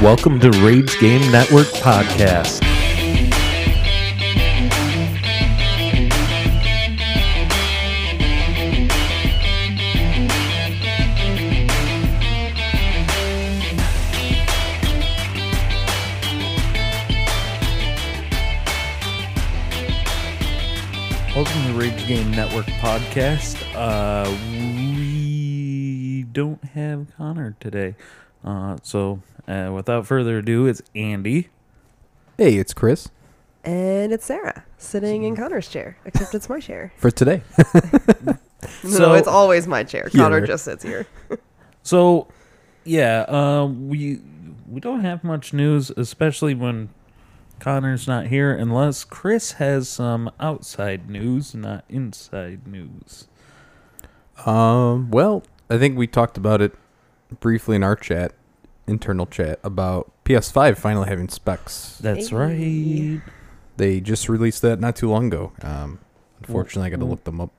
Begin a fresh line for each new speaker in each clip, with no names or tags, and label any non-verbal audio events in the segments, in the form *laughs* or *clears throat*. Welcome to Raids Game Network Podcast. Welcome to Rage Game Network podcast. Uh, we don't have Connor today, uh, so uh, without further ado, it's Andy.
Hey, it's Chris
And it's Sarah sitting in Connor's chair, except it's my *laughs* chair.
for today.
So-
no, it's always my chair. Connor
Yeah.
just sits here.
So, yeah, uh, we we don't have much news, especially when Connor's not here, unless Chris has some outside news, not inside news.
*laughs* um, well, I think we talked about it briefly in our chat, internal chat, about PS5 finally having specs.
That's
Hey.
right.
They just released that not too long ago. Um, unfortunately, I got to look them up.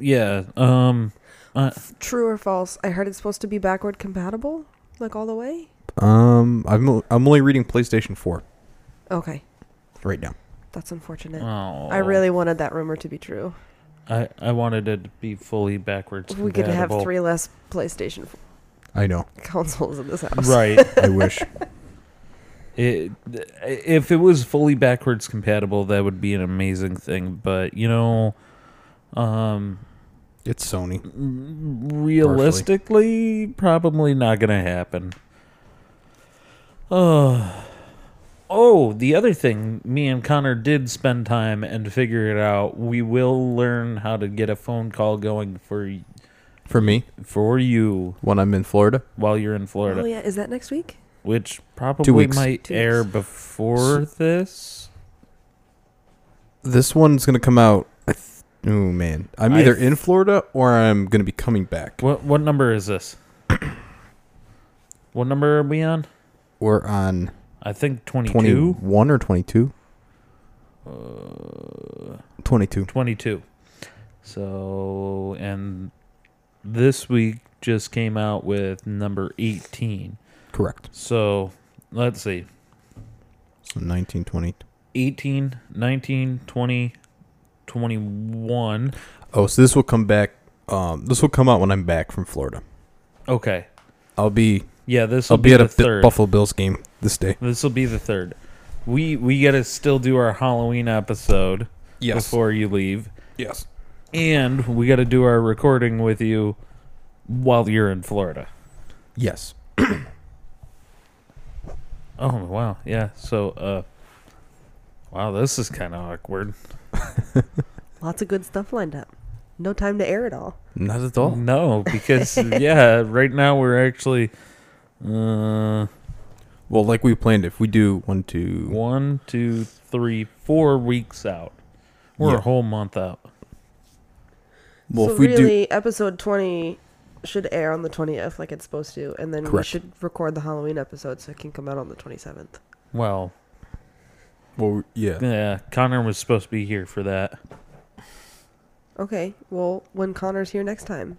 Yeah. Um. Uh,
True or false? I heard it's supposed to be backward compatible, like all the way.
Um, I'm o- I'm only reading PlayStation 4
Okay,
right now.
that's unfortunate.
oh,
I really wanted that rumor to be true.
I, I wanted it to be fully backwards.
If we could have
compatible.
three less PlayStation *laughs* f-
I know.
consoles in this house. *laughs*
Right.
I wish.
it, if it was fully backwards compatible, that would be an amazing thing. But you know, um,
*laughs* It's Sony.
realistically, probably not going to happen. Uh, oh, the other thing, me and Connor did spend time and figure it out. We will learn how to get a phone call going for y-
For me,
for you
when I'm in Florida,
while you're in Florida,
Oh yeah, is that next week?
which probably
weeks.
might
Two
air before this.
this one's going to come out. I th- oh, man. I'm
I
either
th-
in Florida or I'm going to be coming back.
What what number is this? what number are we on?
We're on
I think 22.
21 or 22?
Uh,
22.
22. So, and this week just came out with number 18.
Correct.
So, let's see.
So 19, 20.
18, 19, 20, 21.
Oh, so this will come back. Um, this will come out when I'm back from Florida.
Okay.
I'll be
Yeah, this
I'll
will
be,
be,
at
the
a Bi-
third.
Buffalo Bills game this day.
This will be the third. We we got to still do our Halloween episode before you leave.
Yes.
and we got to do our recording with you while you're in Florida.
Yes.
Oh wow, yeah. So, uh, wow, this is kind of awkward.
Lots of good stuff lined up. No time to air it all.
Not at all.
No, *laughs* because yeah, right now we're actually uh,
Well, like we planned, if we do one, two,
one, two, three, four weeks out. We're
Yeah.
a whole month out.
well,
so
if we do,
really, episode twenty should air on the twentieth, like it's supposed to, and then
Correct.
we should record the Halloween episode so it can come out on the twenty seventh.
Well,
well, we- yeah,
yeah, Connor was supposed to be here for that.
Okay. Well, when Connor's here next time.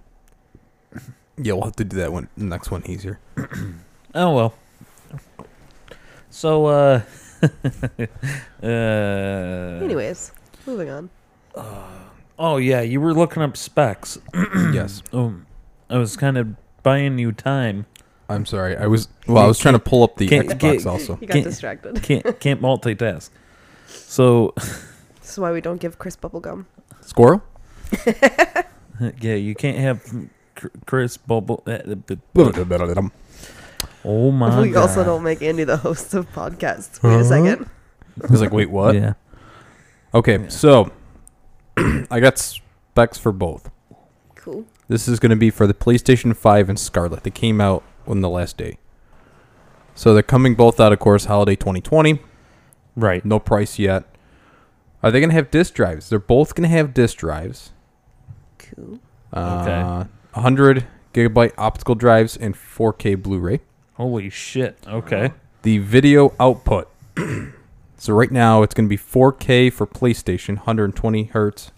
yeah, we'll have to do that one next one he's
*clears throat*
here.
Oh well. So, uh, *laughs* uh,
Anyways, moving on.
Oh yeah, you were looking up specs.
yes.
Um, I was kind of buying you time.
I'm sorry. I was well. I was trying to pull up the
Can't-
Xbox
can't-
also.
You got
Can't-
distracted. *laughs*
Can't can't multitask. So *laughs*
This is why we don't give Chris bubblegum.
Squirrel.
yeah, you can't have Cr- Chris bubble. eh, eh, b-
That's
Oh my
*laughs* we
god!
also don't make Andy the host of podcasts. Wait a second.
like, wait, what?
Yeah.
Okay,
Yeah.
so *clears throat* I got specs for both.
Cool.
This is going to be for the PlayStation 5 and Scarlet. They came out on the last day. So they're coming both out, of course, holiday 2020.
Right.
No price yet. Are they going to have disk drives? They're both going to have disk drives.
Cool.
Uh, 100 gigabyte optical drives and 4K Blu ray.
Holy shit. Okay.
The video output. *clears throat* so right now it's going to be 4K for PlayStation, 120 hertz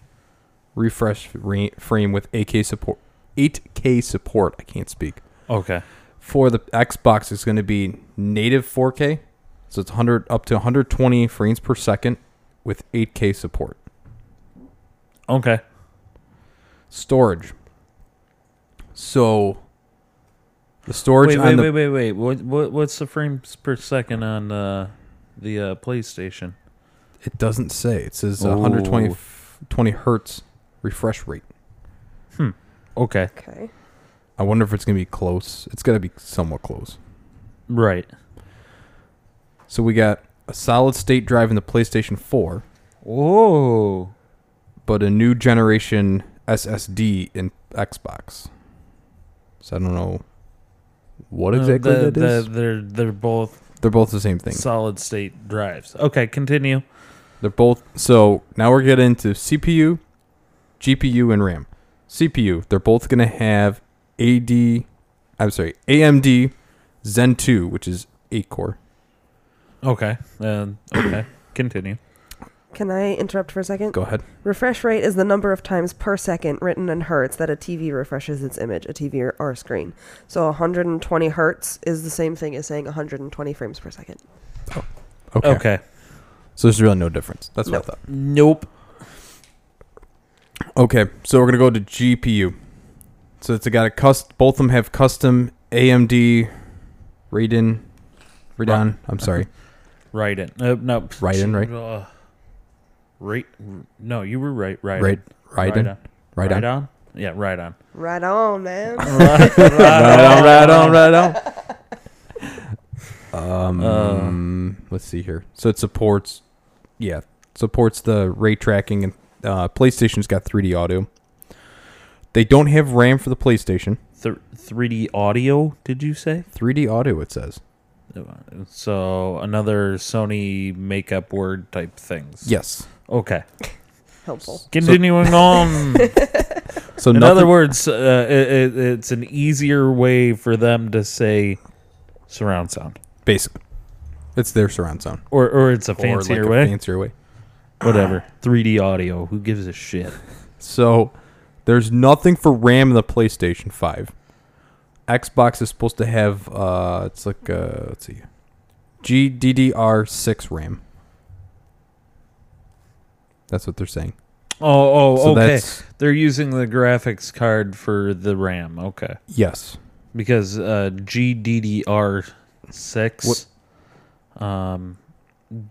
refresh re- frame with 8K support. 8K support. I can't speak.
Okay.
for the Xbox is going to be native 4K, so it's 100 up to 120 frames per second with 8K support.
Okay.
Storage. So the storage
Wait,
on
wait,
the
wait, wait, wait. What, what, what's the frames per second on uh, the uh, PlayStation?
It doesn't say. It says
Ooh.
120 20 hertz refresh rate.
Okay.
Okay.
I wonder if it's going to be close. It's got to be somewhat close.
Right.
So we got a solid state drive in the PlayStation 4,
Whoa.
but a new generation SSD in Xbox. So I don't know what exactly
Uh, the-
that is.
the- they're they're both
They're both the same thing.
solid state drives. Okay, continue.
They're both so now we're getting into CPU, GPU, and RAM. CPU, they're both gonna have AD I'm sorry, AMD Zen 2, which is eight core.
Okay. Uh,
*coughs*
okay. continue.
Can I interrupt for a second?
Go ahead.
Refresh rate is the number of times per second written in hertz that a TV refreshes its image, a TV or, or screen. So 120 hertz is the same thing as saying 120 frames per second.
Okay.
Okay.
So there's really no difference. That's what I thought.
Nope.
Okay, so we're gonna go to GPU. So it's got a cust both of them have custom AMD Radeon Radeon, I'm sorry.
Right in. Uh, no.
Right in, right?
Uh, right. No, you were right. Right.
Right
Right
Radeon.
on.
Right on.
Yeah. Right
*laughs*
on.
Right on, man.
Uh,
Right on, right on, right on. *laughs* Um, let's see here. So it supports, yeah, supports the ray tracking, and uh, PlayStation's got 3D audio. They don't have RAM for the PlayStation.
Th- 3D audio. Did you say?
3D audio, it says.
So another Sony makeup word type things.
Yes.
Okay.
Helpful.
*laughs*
Continuing on.
So
In
nothing,
other words, uh, it, it, it's an easier way for them to say surround sound,
basically, it's their surround sound.
or or it's a
Or like
fancier
a
way.
fancier way.
Whatever. 3D Ah. audio. Who gives a shit?
So there's nothing for RAM in the PlayStation 5. Xbox is supposed to have uh it's like uh let's see. GDDR6 RAM. That's what they're saying.
Oh, oh,
So
okay.
that's
They're using the graphics card for the RAM. Okay,
yes.
because uh, GDDR six, um,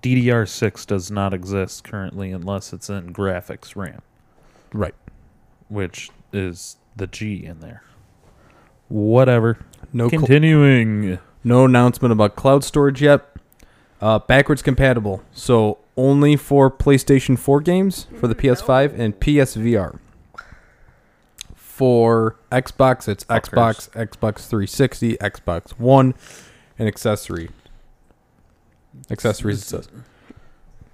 DDR six does not exist currently unless it's in graphics RAM,
Right.
which is the G in there. Whatever.
No cl-
Continuing.
no announcement about cloud storage yet. Uh backwards compatible. So only for PlayStation 4 games
Mm-hmm.
for the PS5 and PSVR. for Xbox, it's Xbox, Xbox 360, Xbox One, and accessory. Accessories. It says.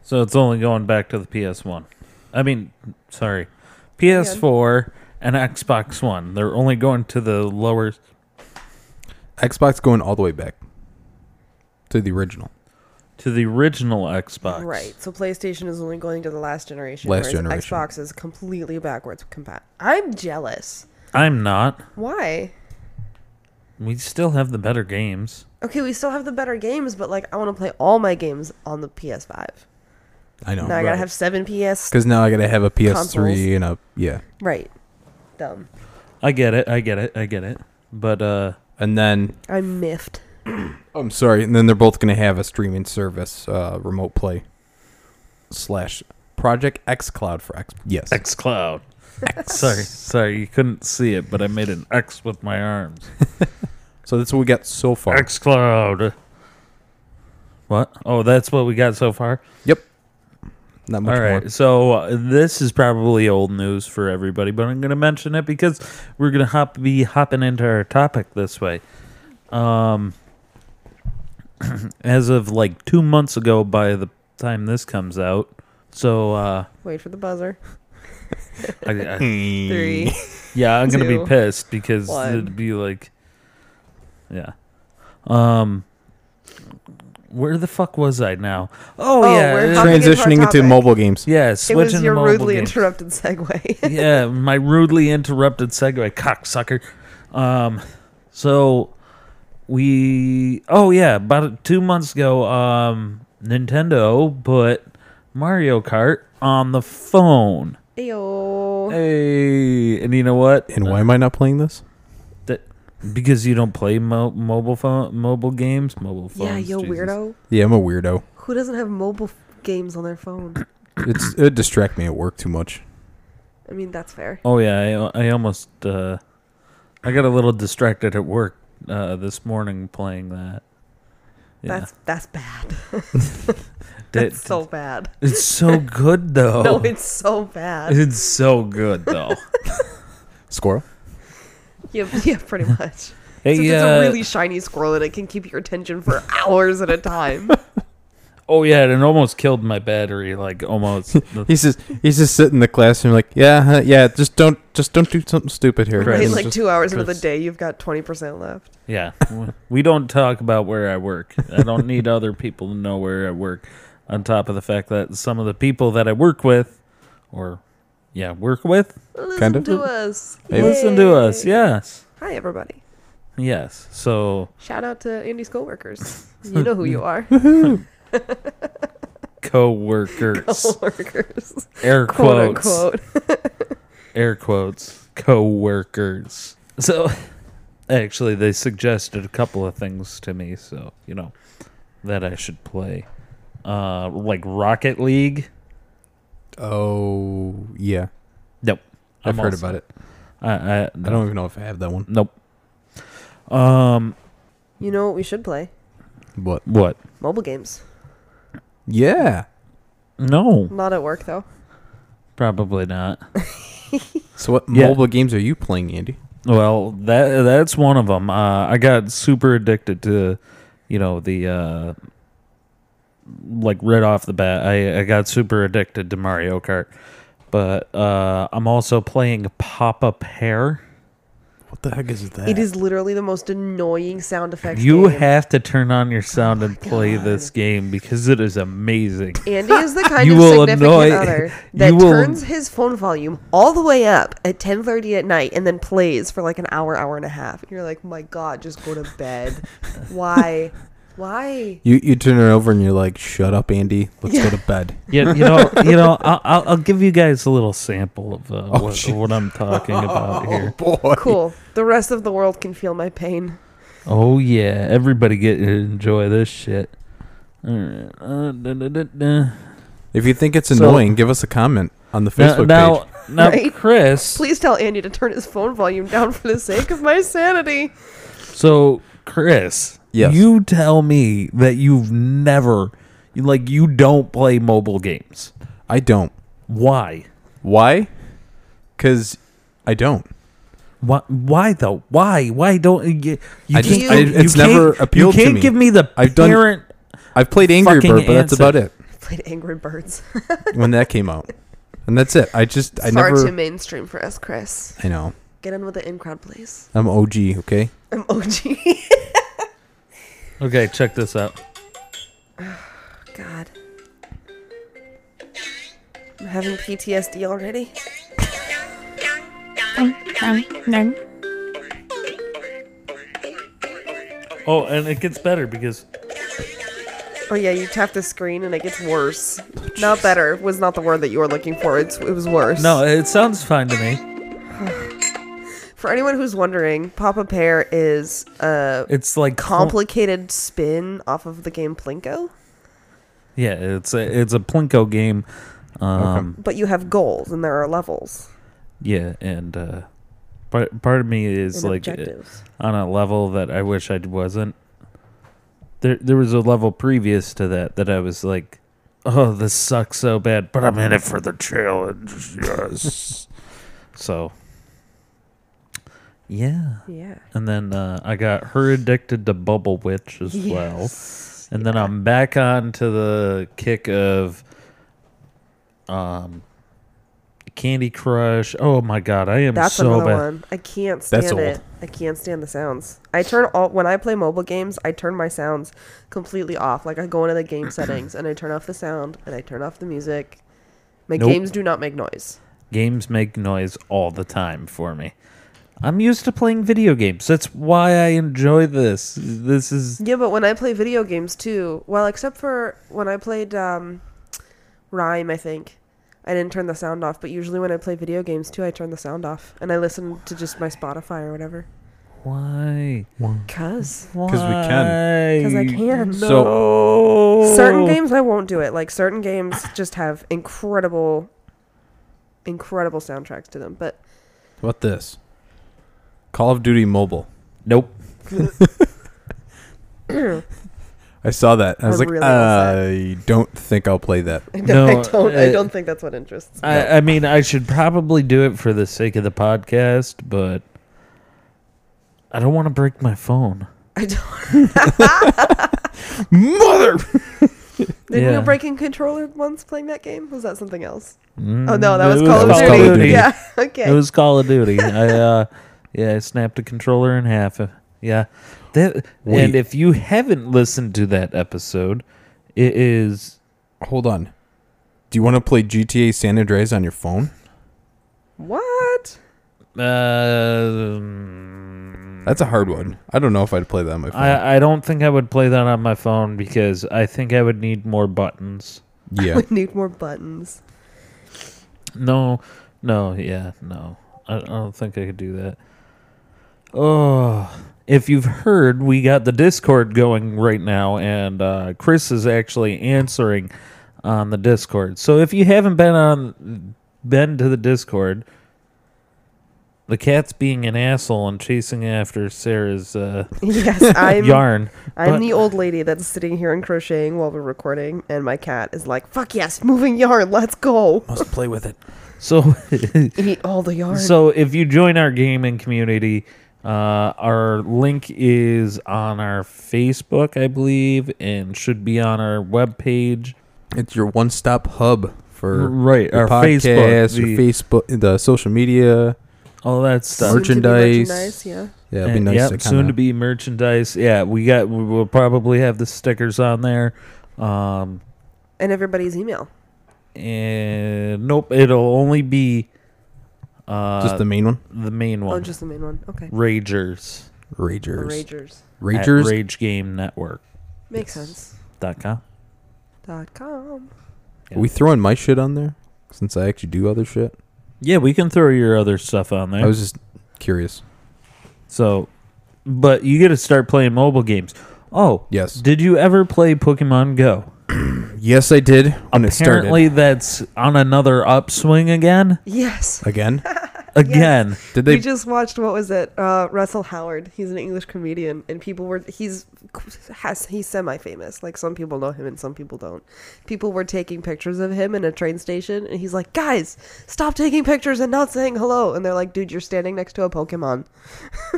So it's only going back to the PS1. I mean, sorry, PS4 and Xbox One. They're only going to the lower.
Xbox going all the way back to the original.
to the original Xbox.
Right. So PlayStation is only going to the last generation.
Last
whereas
generation.
Xbox is completely backwards compatible. I'm jealous.
I'm not.
Why?
We still have the better games.
Okay, we still have the better games, but like I want to play all my games on the PS5.
I know.
now I gotta have seven PS.
Because now I gotta have a PS3
Consoles.
and a yeah,
Right. Dumb.
I get it. I get it. I get it. But uh
and then
I'm miffed.
I'm sorry, and then they're both gonna have a streaming service, uh, remote play slash Project X Cloud for X. Yes.
X Cloud. *laughs* sorry, sorry, you couldn't see it, but I made an X with my arms.
So that's what we got so far.
X Cloud. What? Oh, that's what we got so far.
Yep. Not much
All right.
more.
So uh, this is probably old news for everybody, but I'm going to mention it because we're going to hop be hopping into our topic this way. Um, *clears throat* as of like two months ago, by the time this comes out, so uh,
Wait for the buzzer.
I,
*laughs*
I, *laughs*
Three.
yeah, I'm going to
Two,
be pissed because
one.
it'd be like, yeah. Um, where the fuck was I now? Oh,
Oh,
yeah,
we're
uh,
hopping into our
Transitioning into
topic.
mobile games.
yeah,
it
switching
was
to
your
mobile
rudely
games.
interrupted segue. *laughs*
yeah, my rudely interrupted segue, cocksucker. Um, so we oh yeah, about two months ago, um, Nintendo put Mario Kart on the phone.
Ayo.
Hey, and you know what?
And why am I not playing this?
That- because you don't play mo- mobile phone, mobile games, mobile phones.
Yeah, yo,
Jesus.
weirdo.
Yeah, I'm a weirdo.
Who doesn't have mobile f- games on their phone?
It's it distract me at work too much.
I mean, that's fair.
Oh yeah, I, I almost uh, I got a little distracted at work uh, this morning playing that. Yeah,
That's that's bad. *laughs*
That- Oh.
That's so bad.
it's
*laughs*
so good though.
No, it's so bad.
It's so good
*laughs*
though.
Squirrel.
yeah, *laughs* yeah,
*laughs*
pretty much.
hey,
Except
yeah.
it's a really shiny squirrel and it can keep your attention for *laughs* hours at
*laughs*
a time.
oh yeah, and it almost killed my battery. Like
*laughs*
almost.
He's just he's just sitting in the classroom like yeah huh, yeah just don't just don't do something stupid here.
Right.
Right,
It's
like
Just-
two hours into the
just-
day, you've got twenty percent left.
yeah, we don't talk about where I work. I don't
*laughs*
need other people to know where I work. On top of the fact that some of the people that I work with, or yeah, work with,
Listen
Kind of.
to us.
Hey.
listen to us.
Yay.
Yes,
Hi, everybody.
yes. So
Shout out to indie
*laughs*
schoolworkers. You know who you are. *laughs*
co-workers,
Coworkers,
air
quote
quotes,
unquote.
air quotes, co-workers. So *laughs* actually, they suggested a couple of things to me. So you know that I should play, uh, like Rocket League.
Oh yeah,
Nope,
I've
I'm
heard
also-
about it.
I, I,
I don't even know if I have that one.
Nope. Um,
You know what we should play?
But
what?
Mobile games.
yeah,
No,
Not at work though.
probably not.
so what
Yeah.
mobile games are you playing, Andy?
Well, that that's one of them. Uh, I got super addicted to, you know, the uh, like right off the bat, I, I got super addicted to Mario Kart. But uh, I'm also playing Pop Up Hair.
What the heck is that?
It is literally the most annoying sound effect.
You
game.
have to turn on your sound and play this game because it is amazing.
Andy is
*laughs*
the kind
You
of
will
significant
annoy-
other
*laughs*
that
you will-
turns his phone volume all the way up at 10:30 at night and then plays for like an hour, hour and a half. And you're like, "My god, just go to bed. Why? Why?"
*laughs*
You you turn it over and you're like, shut up, Andy. Let's go to bed.
You, you know, you know. I'll, I'll, I'll give you guys a little sample of uh,
Oh,
what,
shit.
what I'm talking about here.
*laughs* boy.
Cool. The rest of the world can feel my pain.
Oh yeah, everybody get to enjoy this shit. Alright, uh, da, da, da, da.
If you think it's
So-
annoying, give us a comment on the
Now,
Facebook
now,
page.
now,
Right?
Chris.
Please tell Andy to turn his phone volume down for the sake of my sanity.
So, Chris,
Yes.
you tell me that you've never, you, like, you don't play mobile games.
I don't.
Why?
Why? Because I don't.
Why, why though? Why? Why don't you? you
I
can't-
just- I- it's never
can't-
appealed to
You can't
me.
give me the
I've done-
parent.
I've played Angry
Fucking
Bird, but that's
answer.
about it.
Played Angry Birds.
When that came out, and that's it. I just I
*laughs* Far
never.
too mainstream for us, Chris.
I know.
Get in with the in crowd, please.
I'm OG. Okay.
I'm OG.
Okay, check this out.
*laughs* God. I'm having PTSD already.
Oh, and it gets better because
Oh yeah, you tap the screen and it gets worse. Not better was not the word that you were looking for. It's it was worse.
no, it sounds fine to me.
For anyone who's wondering, Papa Pear is a
It's like compli-
complicated spin off of the game Plinko,
Yeah, it's a it's a plinko game. Um,
but you have goals and there are levels
Yeah, and uh, part part of me is
and
like uh,
objectives.
on a level that I wish I wasn't. There there was a level previous to that that I was like, oh, this sucks so bad, but I'm in it for the challenge. Yes. so. Yeah.
yeah.
And then uh, I got her addicted to Bubble Witch as well.
Yes.
And then I'm back on to the kick of um Candy Crush. Oh my god, I am
That's
so
another
bad.
one. I can't stand
That's
it.
old.
I can't stand the sounds. I turn all when I play mobile games, I turn my sounds completely off. Like I go into
*coughs*
the game settings and I turn off the sound and I turn off the music. My
Nope.
games do not make noise.
Games make noise all the time for me. I'm used to playing video games. That's why I enjoy this. This is
Yeah, but when I play video games too, well, except for when I played um, Rhyme, I think I didn't turn the sound off. But usually when I play video games too, I turn the sound off and I listen to just my Spotify or whatever.
why. Because
Cause
we can.
because I can.
So
Certain games I won't do it. Like
*sighs*
certain games just have incredible, incredible soundtracks to them. But *laughs*
How about this? Call of Duty Mobile.
Nope.
I saw that. and I was
I'm
like, I
really
don't think I'll play that. *laughs*
I don't,
No,
I, don't I
uh,
don't think that's what interests. me.
I, I mean, I should probably do it for the sake of the podcast, but I don't want to break my phone.
I don't.
Mother.
Did
Yeah.
we break in controller once playing that game? Was that something else?
Mm,
Oh no, that was
it
Call of
Call
Duty.
of Duty.
Yeah. Okay.
*laughs* It was Call of Duty. I uh, yeah, I snapped a controller in half. Uh, Yeah, that,
Wait.
and if you haven't listened to that episode, it is
Hold on. Do you want to play GTA San Andreas on your phone?
what?
uh, mm,
That's a hard one. I don't know if I'd play that on my phone.
I I don't think I would play that on my phone because I think I would need more buttons. *laughs*
yeah.
We need more buttons. *laughs*
No, no, yeah, no. I, I don't think I could do that. Oh, if you've heard, we got the Discord going right now, and uh, Chris is actually answering on the Discord. So if you haven't been on, been to the Discord, the cat's being an asshole and chasing after Sarah's uh,
Yes, I'm.
yarn.
I'm
but-
the old lady that's sitting here and crocheting while we're recording, and my cat is like, "Fuck yes, moving yarn,
*laughs*
let's go."
Must play with it.
So *laughs*
Eat all the yarn.
So if you join our gaming community, uh, our link is on our Facebook, I believe, and should be on our webpage.
It's your one-stop hub for
Right,
your
our
podcast,
Facebook, the-
your Facebook, the social media.
All that stuff.
Soon to be
merchandise.
merchandise, Yeah.
Yeah, it'd be
And,
nice
yep,
to kind
soon to be merchandise. Yeah, we got. we- We'll probably have the stickers on there. Um,
And everybody's email.
and nope, it'll only be uh,
just the main one.
the main
Oh,
one.
just the main one. Okay.
Ragers.
The
Ragers.
Ragers.
at
Ragers.
RageGameNetwork.com.
Makes sense. Dot com.
Yeah.
Are we throwing my shit on there since I actually do other shit?
Yeah, we can throw your other stuff on there.
I was just curious.
So, but you get to start playing mobile games. Oh,
Yes.
Did you ever play Pokemon Go?
Yes, I did when it started.
Apparently, that's on another upswing again.
Yes.
Again?
Again.
Did they
we just watched what was it? Uh, Russell Howard. He's an English comedian, and people were he's has he's semi-famous. Like some people know him, and some people don't. People were taking pictures of him in a train station, and he's like, "Guys, stop taking pictures and not saying hello." And they're like, "Dude, you're standing next to a Pokemon," *laughs*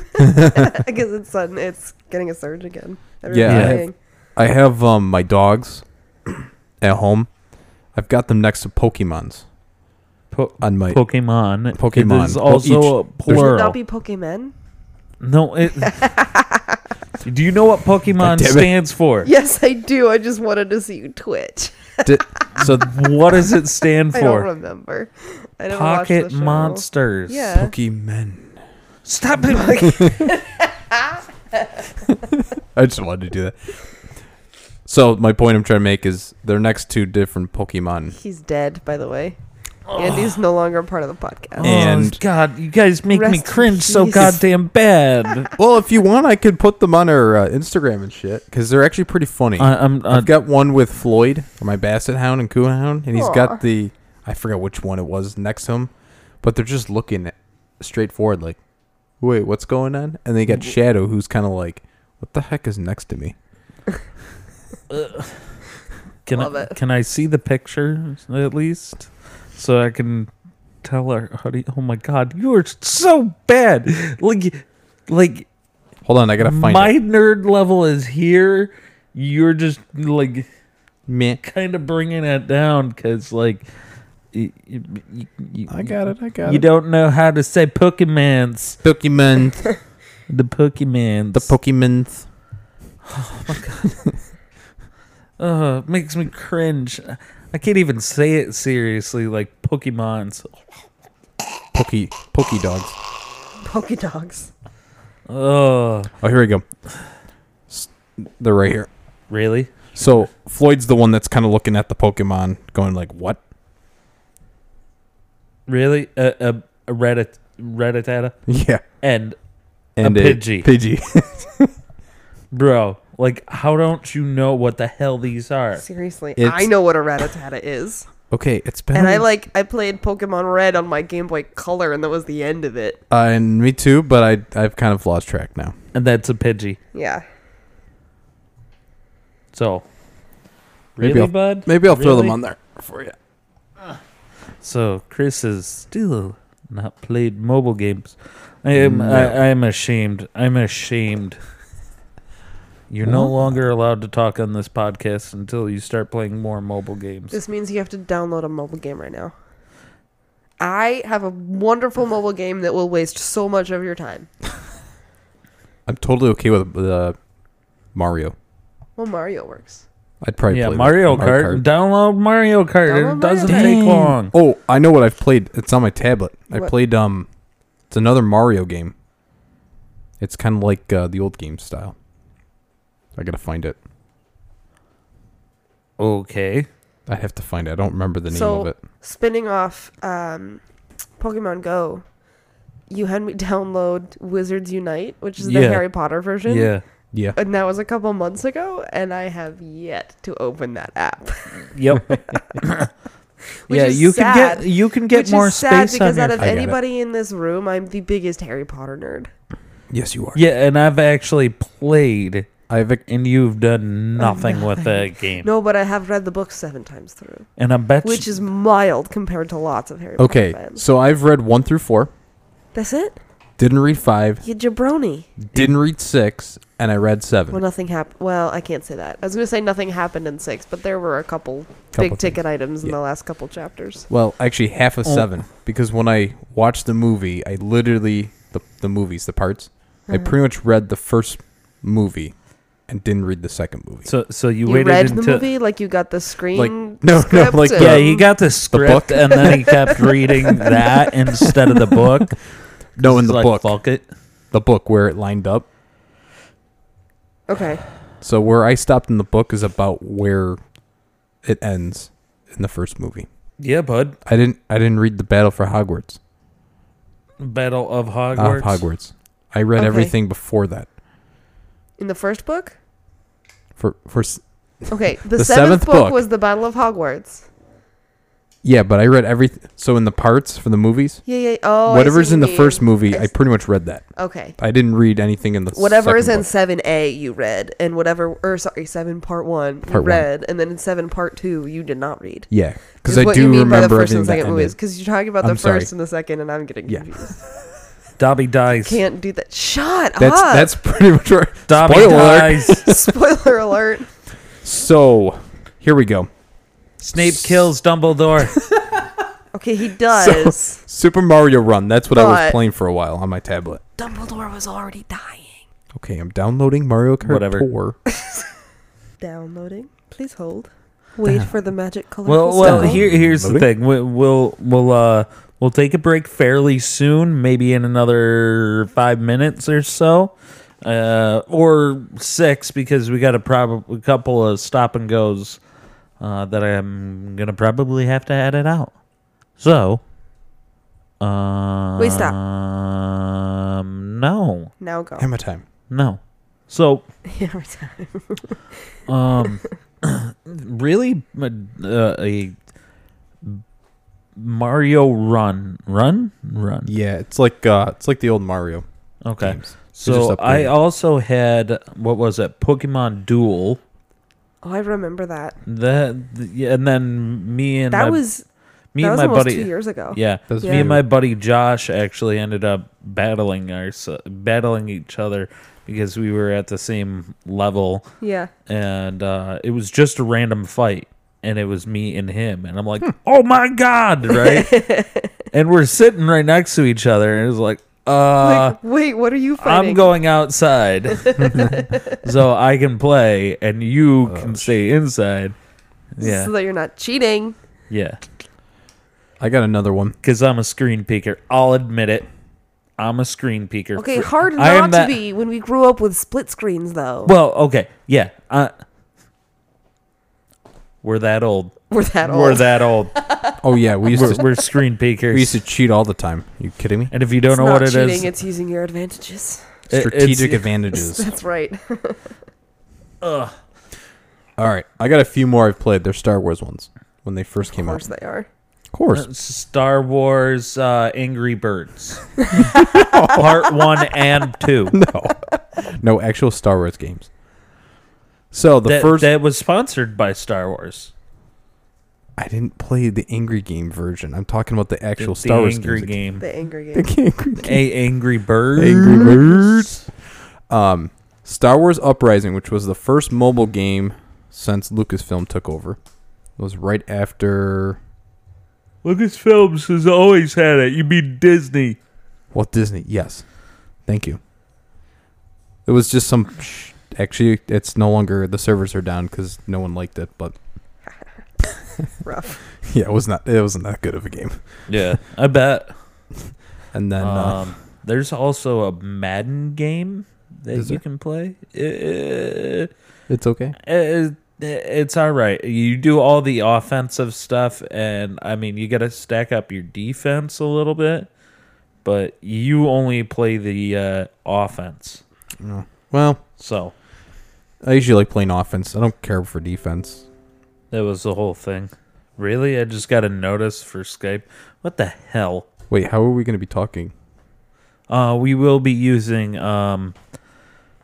because it's sudden. It's getting a surge again. Everybody's
Yeah.
Yeah.
saying,
I have um my dogs *clears throat* at home. I've got them next to Pokemons
Po-
on my
Pokemon.
Pokemon.
It is
Well,
also
each-
a
there's-
plural.
Should it not be Pokemon?
no.
*laughs*
It, do you know what Pokemon
God *laughs* damn it.
stands for?
Yes, I do. I just wanted to see you twitch.
Di- so
What does it stand
*laughs* I don't
for?
remember. I never watched the
Pocket
show.
monsters.
Yeah.
Pokemon.
Stop
*laughs*
it.
I just wanted to do that. So my point I'm trying to make is they're next to different Pokemon.
He's dead, by the way. Andy's no longer part of the podcast. *gasps*
and
And-
Oh, God, you guys make
Rest
me
in
cringe so
peace.
goddamn bad.
*laughs*
Well, if you want, I could put them on our uh, Instagram and shit because they're actually pretty funny.
I, I'm. Uh,
I've got one with Floyd, my Basset Hound and Coon Hound, and he's
Aw.
got the I forgot which one it was next to him, but they're just looking at, straight forward, like, "Wait, what's going on?" And they got Shadow, who's kind of like, "What the heck is next to me?"
Can
Love
I,
it.
can I see the picture at least, so I can tell her? How do you, oh my god, you are so bad. Like, like
Hold on, I gotta find
my
it.
nerd level is here. You're just like
Meh.
kind of bringing it down because like you, you, you, you-
I got it. I got
You
it.
don't know how to say Pokemans.
Pokemon,
The Pokemans.
*laughs*
the Pokemon.
Uh, makes me cringe. I can't even say it seriously. Like Pokemons.
Poke Poke dogs.
Pokedogs.
Oh,
Oh, here we go. S- They're right here.
really?
So Floyd's the one that's kind of looking at the Pokemon, going like, "What?" *laughs*
Really? A a, a Reddit Redditata
Yeah,
and
and
Pidgey.
Pidgey. *laughs*
bro, like how don't you know what the hell these are?
Seriously,
It's-
I know what a Rattata is,
okay, it's been.
and I
a-
like I played Pokemon Red on my Game Boy Color, and that was the end of it.
Uh, and me too, but I I've kind of lost track now.
And that's a Pidgey.
Yeah,
So
Maybe
Really,
I'll-
bud?
Maybe I'll throw
Really?
them on there for you.
So Chris has still not played mobile games. I am
No.
I, I'm ashamed. I'm ashamed. You're no
What?
longer allowed to talk on this podcast until you start playing more mobile games.
this means you have to download a mobile game right now. I have a wonderful mobile game that will waste so much of your time.
I'm totally okay with the Mario.
Well, Mario works.
I'd probably
yeah,
play that.
Mario Kart. Download Mario Kart.
Download Mario
it doesn't
Kart.
take long.
Oh, I know what I've played. It's on my tablet. I
What?
played um, it's another Mario game. It's kind of like uh, the old game style. I gotta find it.
Okay.
I have to find it. I don't remember the name
So-
of it.
Spinning off um, Pokemon Go, you had me *laughs* download Wizards Unite, which is the
Yeah.
Harry Potter version.
Yeah.
Yeah.
And that was a couple months ago, and I have yet to open that app. *laughs*
Yep.
Which
yeah,
is
you
sad.
can get you can get
Which
more
is sad
space on
because
your
out of
I get it.
anybody in this room, I'm the biggest Harry Potter nerd.
Yes, you are.
Yeah, and I've actually played
I've ex-
and you've done nothing with that game.
No, but I have read the book seven times through,
And I bet
which is mild compared to lots of Harry
okay.
Potter fans.
So I've read one through four.
That's it.
Didn't read five.
You jabroni.
Didn't read six, and I read
Well,
seven.
nothing happened. Well, I can't say that. I was gonna say nothing happened in six, but there were a couple,
Couple
big ticket items in
Yeah.
the last couple chapters.
Well, actually, half of
Oh.
seven because when I watched the movie, I literally the the movies, the parts. I
Hmm.
pretty much read the first movie, and didn't read the second movie.
So, so you,
You
waited
read the
until
movie, like you got the screen.
no, no,
script
like the-
yeah,
and-
he got the script and then he
*laughs*
kept reading that instead of the book.
no, in
He's
the
like,
book,
fuck it.
the book where it lined up.
Okay,
So where I stopped in the book is about where it ends in the first movie.
Yeah, bud.
I didn't. I didn't read the battle for Hogwarts.
Battle of
Hogwarts.
Hogwarts.
Hogwarts. I read
Okay.
everything before that.
in the first book.
For for s- *laughs*
Okay, the,
The
seventh,
seventh
book
book.
was the Battle of Hogwarts.
yeah, but I read everything. So in the parts for the movies,
Yeah, yeah. Oh, I see
whatever's
what
in
you
the
mean.
first movie,
I
I,
s-
pretty much read that.
Okay,
I didn't read anything in the
whatever is in
second
seven A, you read, and whatever, or sorry, seven part one, you
Part one.
read, and then in seven part two, you did not read.
book. Yeah, because
Is
I
what
do
you mean
remember
by the first and
everything
second
that
movies
ended.
because you're talking about the
I'm sorry.
first and the second, and I'm getting
Yeah.
confused.
Dobby dies.
Can't do that. Shut
That's
up.
that's pretty much right.
Dobby
Spoiler alert.
dies.
*laughs* Spoiler alert.
So here we go.
Snape kills Dumbledore. *laughs*
Okay, he does.
Super Mario Run. That's what I was
But-
playing for a while on my tablet.
Dumbledore was already dying.
Okay, I'm downloading Mario Kart
Whatever.
*laughs* Tour.
Downloading. Please hold. Wait for the magic color.
well, well.
Stop.
Here, here's the
Movie?
thing. We, we'll, we'll, uh, we'll take a break fairly soon. Maybe in another five minutes or so, uh, or six, because we got a prob- a couple of stop and goes uh, that I'm gonna probably have to edit out. So, um,
Wait, stop.
Um, no,
now go.
Hammer time.
no. So,
Hammer time.
um, *clears throat* really, uh, a Mario run, run, run.
Yeah, it's like uh, it's like the old Mario
Okay,
games. They just
so I
upgraded.
also had what was it? Pokemon Duel.
*laughs* Oh, I remember that.
That yeah, and then me and
that
my,
was
me
that
and
was
my
almost
buddy.
two years ago.
Yeah,
That was
me
Yeah.
and my buddy Josh actually ended up battling our battling each other because we were at the same level.
Yeah.
and uh, it was just a random fight and it was me and him and i'm like oh my god
*laughs*
right and we're sitting right next to each other and it's like uh
like, wait, what are you fighting?
i'm going outside
*laughs*
so i can play and you can stay inside yeah
So that you're not cheating.
yeah
I got another one.
because i'm a screen peeker i'll admit it I'm a screen peeker.
Okay,
for-
hard
I am
not
that-
to be when we grew up with split screens, though.
Well, okay, yeah. Uh, we're that old.
we're that old.
We're that old.
Oh yeah, we *laughs* used
we're,
to
we're screen peekers.
we used to cheat all the time. You kidding me?
and if you don't
it's
know
not
what it
cheating,
is,
It's using your advantages. *laughs*
it-
*laughs* Strategic
it's-
advantages.
That's right.
Ugh.
All right, I got a few more I've played. They're Star Wars ones when they first
of
came out.
course they are.
Of course.
Star Wars uh, Angry
*laughs*
Birds, Part One and Two.
*laughs* No, no actual Star Wars games. So the
that,
first
that was sponsored by Star Wars.
I didn't play the angry game version. I'm talking about the
The,
actual Star Wars
Angry
games.
Game,
The
*laughs*
angry game.
The *laughs* angry game.
a Angry Birds.
Angry Birds. Um, Star Wars Uprising, which was the first mobile game since Lucasfilm took over, It was right after
Lucasfilms has always had it. You mean Disney?
Walt Disney. Yes, thank you. It was just some. Sh- actually, it's no longer the servers are down because no one liked it. But
Rough.
*laughs* yeah, it was not. It wasn't that good of a game.
Yeah, I bet.
And then uh,
um, there's also a Madden game that
Is
you
there?
can play. Uh,
it's okay.
Uh, it's all right. You do all the offensive stuff, and I mean, you got to stack up your defense a little bit, but you only play the uh, offense.
No. Well,
So
I usually like playing offense. I don't care for defense.
that was the whole thing. Really? I just got a notice for Skype. What the hell?
Wait, how are we going to be talking?
Uh, we will be using um,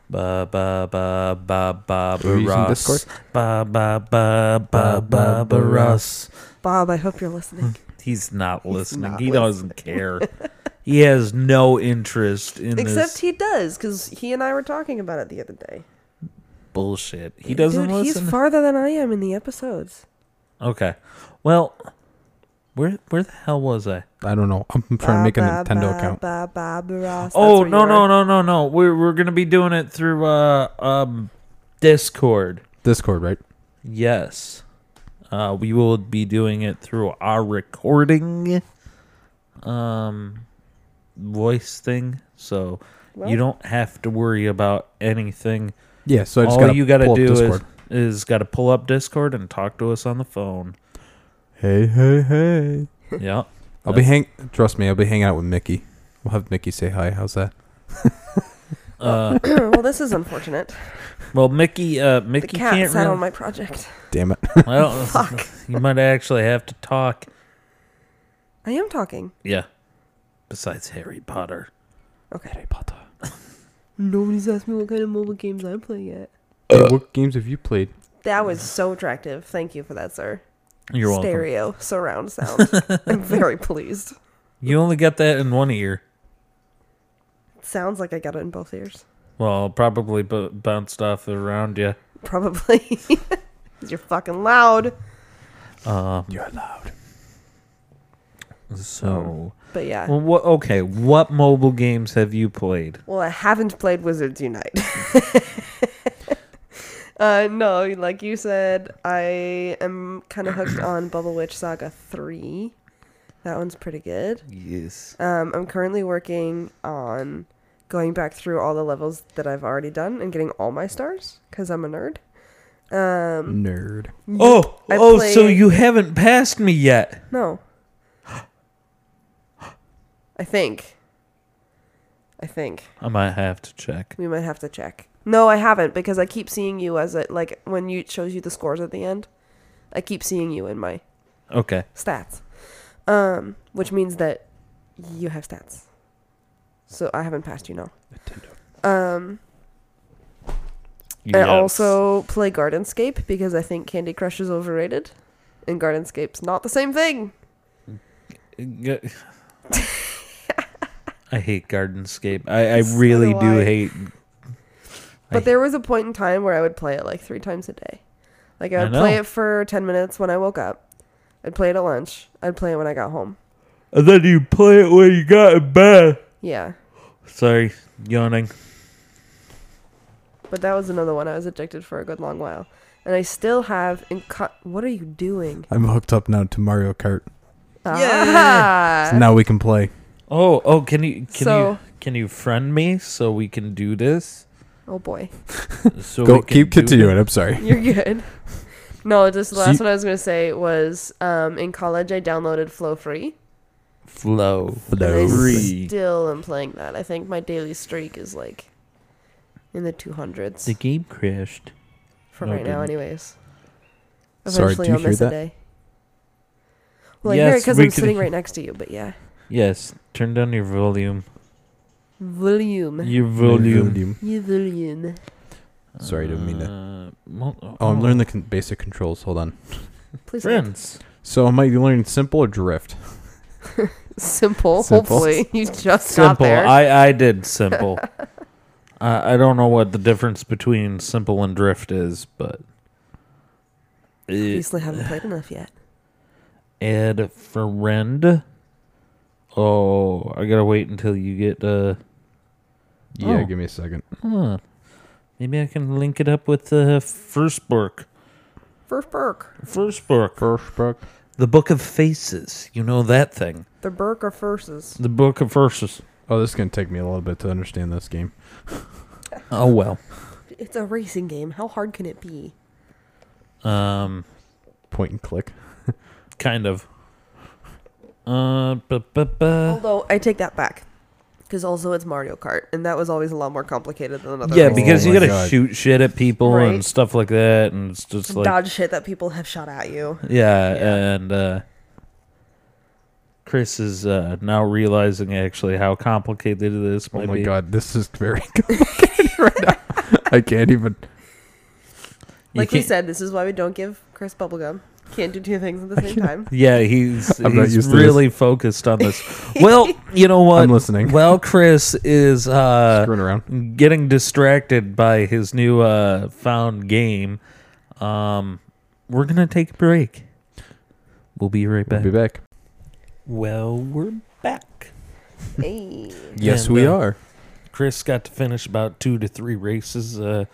ba ba ba ba ba
Are we using
Barras.
Discord?
ba ba ba ba ba Barras.
Bob, I hope you're listening.
He's not listening.
not
he doesn't *laughs* care. he has no interest in
Except
this
he does, because he and I were talking about it the other day.
bullshit. He doesn't
Dude,
listen.
he's farther than I am in the episodes.
okay. Well, where where the hell was I?
I don't know. *laughs* I'm trying to make a Nintendo account.
account.
oh no no no no no. We're we're gonna be doing it through uh um Discord.
Discord, right?
Yes. Uh, we will be doing it through our recording um voice thing. So you
Well.
don't have to worry about anything
Yeah, so I just
all
gotta
you got to
pull up
do
Discord.
is is got to pull up Discord and talk to us on the phone.
Hey, hey, hey.
yeah,
I'll be hang. Trust me, I'll be hanging out with Mickey. We'll have Mickey say hi. How's that?
Uh,
*coughs* well, this is
*coughs*
unfortunate.
well, Mickey, uh,
The
Mickey
cat
can't
sat
really.
on
*coughs*
my project.
Damn it.
well, you might actually have to talk.
I am talking.
Yeah. Besides Harry Potter.
Okay. *coughs* Nobody's asked me what kind of mobile games I play yet.
Hey, what games have you played?
That was so attractive. Thank you for that, sir.
You're welcome.
Stereo
*laughs*
surround sound. I'm very pleased.
You only got that in one ear.
Sounds like I got it in both ears.
Well, probably b- bounced off around you.
Probably. *laughs* 'Cause You're fucking loud.
Um,
You're loud.
so,
But yeah.
well, what? Okay, what mobile games have you played?
Well, I haven't played Wizards Unite. *laughs* uh, no, like you said, I am kind of hooked on Bubble Witch Saga 3. That one's pretty good.
Yes.
Um, I'm currently working on going back through all the levels that I've already done and getting all my stars because I'm a nerd. Um,
Nerd.
Oh,
I
oh, so
played-
you haven't passed me yet.
no. *gasps* I think. I think.
I might have to check.
We might have to check. No, I haven't because I keep seeing you as it like when you it shows you the scores at the end. I keep seeing you in my
Okay.
stats, um, which means that you have stats. So I haven't passed you now. Um, I also play Gardenscape because I think Candy Crush is overrated, and Gardenscape's not the same thing.
*laughs* I hate Gardenscape. I, I
*laughs*
really
do
do
I.
hate.
But
I-
there was a point in time where I would play it like three times a day. Like
I
I would play
know.
it for ten minutes when I woke up. I'd play it at lunch. I'd play it when I got home.
And then you play it when you got in bed.
Yeah.
Sorry, yawning.
But that was another one I was addicted for a good long while. And I still have. Inco- what are you doing?
I'm hooked up now to Mario Kart.
Yeah.
So now we can play.
Oh, oh, can you can
Ah. So-
you can you friend me so we can do
*laughs*
this?
Oh boy,
So
Go
we can
keep
do
continuing.
this?
I'm sorry.
you're good. No, just the
So
last
you-
one I was gonna say was um, in college I downloaded Flow Free.
Flow.
and I
Flow
Free.
Still am playing that. I think my daily streak is like in the two hundreds
The game crashed.
for
no, it
right now,
didn't.
anyways.
Sorry,
Eventually
do you
I'll
hear
miss a
that?
day. Well, I hear it
Yes,
because
we
I'm
can-
sitting right next to you, but yeah.
Yes, turn down your
*laughs*
volume.
Volume.
Your volume.
Your volume.
Sorry, didn't mean to-
Uh, mo-
Oh, I'm learning the con- basic controls. Hold on.
Please. don't.
friends.
So am I learning simple or drift? Simple.
Simple, Hopefully, you just got
Simple.
there.
I I did simple. I I don't know what the difference between simple and drift is, but it,
Obviously, haven't played enough yet.
add friend. Oh, I gotta wait until you get uh.
Yeah,
Oh.
give me a second.
Huh. Maybe I can link it up with the uh, first book.
First Burke.
First book.
First book.
The Book of Faces. You know that thing.
The Burke or Furses.
The Book of Verses.
Oh, this is gonna take me a little bit to understand this game.
Oh well.
It's a racing game. How hard can it be?
Um,
Point and click.
kind of. Uh, bu- bu- bu-
Although I take that back, because also it's Mario Kart, and that was always a lot more complicated than another.
yeah,
racing
because
Oh
you
my
gotta
God.
shoot shit at people
Right.
and stuff like that, and it's just
game.
like
dodge shit that people have shot at you.
Yeah,
Yeah.
and uh, Chris is uh, now realizing actually how complicated it is.
Oh
might
my
be.
god, this is very *laughs* complicated right now. I can't even.
You
Like we
can't-
said, this is why we don't give Chris bubblegum. Can't do two things at
*laughs*
the same time.
Yeah, he's
*laughs* I'm not
he's
used to this.
really focused on
*laughs*
this. Well, you know what?
I'm listening.
Well, Chris is uh,
Screwing around.
getting distracted by his new uh, found game. Um, we're gonna take a break. We'll be right
We'll
back.
be back.
Well, we're back.
hey.
Yes, we
are.
Chris got to finish about two to three races. Uh,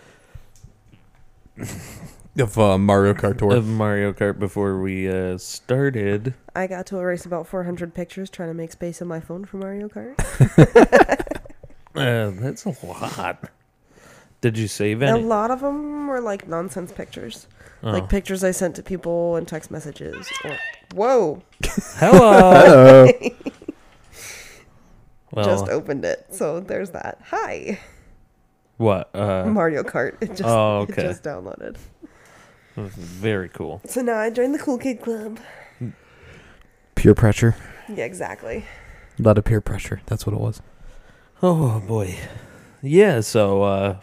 Of uh, Mario Kart Tour.
of Mario Kart before we uh, started.
I got to erase about 400 pictures trying to make space on my phone for Mario Kart.
Uh, that's a lot. Did you save
A
any?
lot of them were like nonsense pictures,
Oh.
like *laughs* pictures I sent to people and text messages. Or, whoa,
*laughs* Hello.
Oh,
well,
just opened it. So there's that. Hi,
what? Uh,
Mario Kart. It just,
oh,
it
okay.
just downloaded.
very cool.
So now I joined the cool kid club.
peer pressure.
Yeah, exactly.
A lot of peer pressure. That's what it was.
Oh boy. Yeah. So, uh,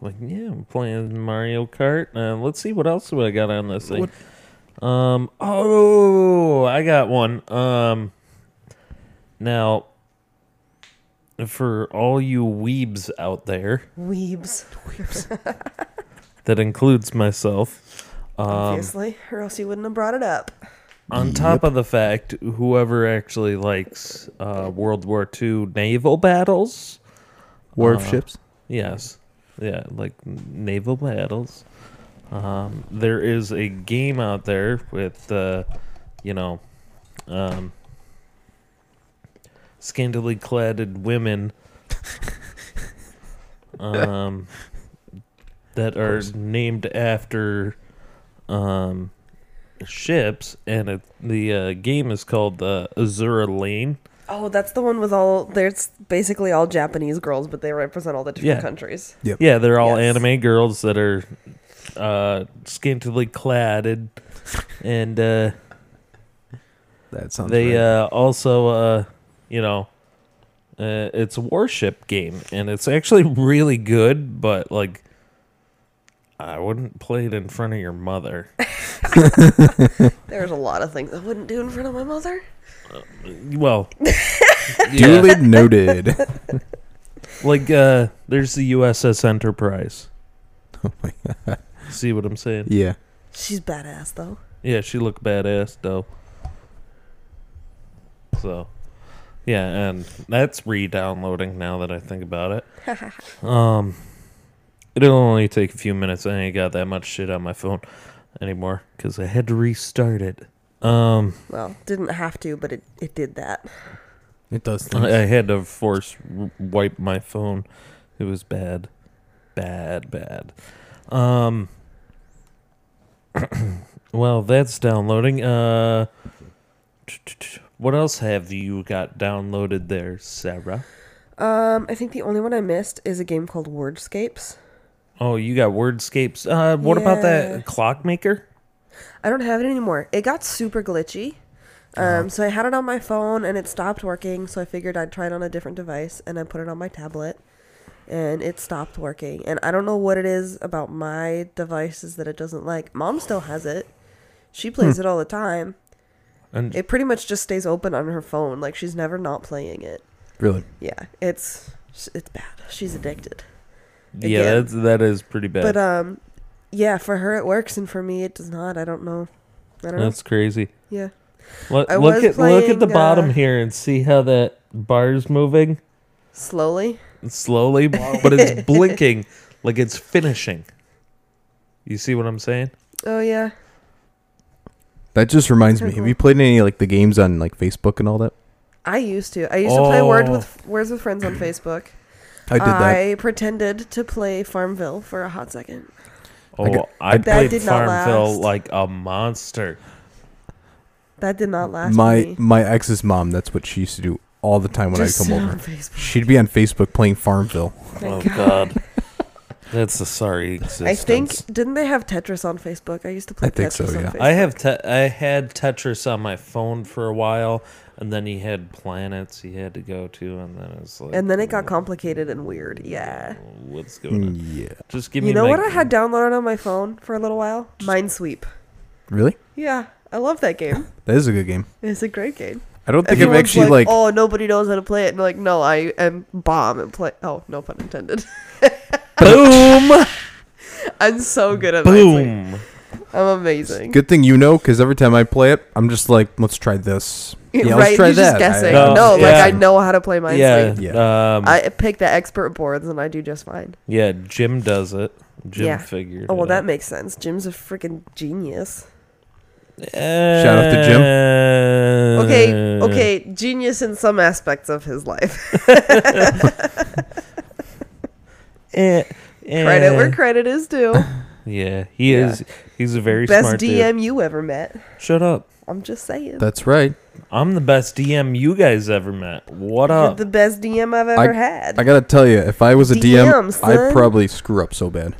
like, yeah, I'm playing Mario Kart. Uh, let's see what else do I got on this thing. Um. Oh, I got one. Um. Now, for all you weebs out there,
Weebs,
that includes myself. Um,
obviously, or else you wouldn't have brought it up.
on top of the fact, whoever actually likes uh, World War II naval battles,
War of
Uh,
ships.
yes, yeah, like naval battles, um, there is a game out there with, uh, you know, um, scantily clad women um, that are named after um, ships, and it, the uh, game is called the Azura Lane.
Oh, that's the one with all. There's basically all Japanese girls, but they represent all the different
Yeah.
countries.
Yeah, they're all
Yes.
anime girls that are uh, scantily clad, and uh,
That sounds.
they uh, also, uh, you know, uh, it's a warship game, and it's actually really good, but like. I wouldn't play it in front of your mother. *laughs*
There's a lot of things I wouldn't do in front of my mother.
Well, yeah.
Duly *laughs* noted.
like uh there's the USS Enterprise.
oh my god.
See what I'm saying?
Yeah.
She's
*laughs*
badass though.
Yeah, she looked badass though. So, yeah, and that's re-downloading now that I think about it. um, it'll only take a few minutes. I ain't got that much shit on my phone anymore because I had to restart it. Um,
Well, didn't have to, but it, it did that.
It does.
I,
things.
I had to force w- wipe my phone. It was bad, bad, bad. Um. *clears throat* well, that's downloading. Uh, what else have you got downloaded there, Sarah?
Um, I think the only one I missed is a game called Wordscapes.
Oh, you got Wordscapes. Uh, what about
Yeah.
that clockmaker?
I don't have it anymore. It got super glitchy.
Uh-huh.
Um, so I had it on my phone and it stopped working. So I figured I'd try it on a different device and I put it on my tablet and it stopped working. And I don't know what it is about my devices that it doesn't like. Mom still has it.
Hmm.
She plays it all the time.
And
It pretty much just stays open on her phone. Like she's never not playing it.
Really?
Yeah, it's it's bad. She's addicted.
yeah,
again.
that's that is pretty bad.
But um, yeah, for her it works and for me it does not. I don't know. I don't know.
that's crazy.
Yeah.
Look,
I
look
was
at look at the
playing,
bottom
uh,
here and see how that bar's moving.
Slowly.
slowly, but it's blinking like it's finishing. You see what I'm saying?
Oh yeah.
That just reminds me.
Pretty
Have
cool.
you played any like the games on like Facebook and all that?
I used to. I used to play Word
Oh.
with Words
*clears throat*
with Friends on Facebook.
I did that.
I pretended to play Farmville for a hot second.
Oh,
I
I,
got-
That
played
did not
Farmville
last.
like a monster.
That did not last. for
My
me.
my ex's mom. That's what she used to do all the time when I
Just
come
sit
over.
on Facebook.
She'd be on Facebook playing Farmville.
oh
Thank
God,
God.
that's a sorry existence.
I think didn't they have Tetris on Facebook? I used to play
I think
Tetris
so,
on
yeah.
Facebook.
I have te- I had Tetris on my phone for a while, and then he had planets he had to go to, and then it was like,
and then it got complicated and weird. Yeah.
what's going on?
Yeah.
Just give me.
You know
my-
what I had downloaded on my phone for a little while? Minesweep.
Really?
Yeah, I love that game.
*laughs* That is a good game.
It's a great game.
I don't think I've
Everyone's
actually like.
oh, nobody knows how to play it. And like, no, I am bomb and play. Oh, no pun intended. *laughs*
Boom!
I'm so good at Minesweep.
Boom!
I'm amazing. *laughs*
Good thing you know, because every time I play it, I'm just like, let's try this. Yeah,
*laughs* right?
let's try
You're
that.
just guessing.
No,
no,
yeah.
like I know how to play Minesweep.
Yeah, Um,
I pick the expert boards and I do just fine.
yeah. Jim does it. Jim
Yeah.
figured.
Oh well,
it out.
that makes sense. Jim's a freaking genius.
Shout
out to Jim.
Uh,
Okay,
Uh.
okay, genius in some aspects of his life. *laughs* Credit where credit is due.
Yeah, he
Yeah.
is. He's a very
Best
smart
DM you ever met.
dude. Shut up.
I'm just saying.
That's right.
I'm the best DM you guys ever met. What
You're
up?
the best DM I've ever had.
I gotta tell you, if I was a
DM,
DM,
Uh, son.
I'd probably screw up so bad.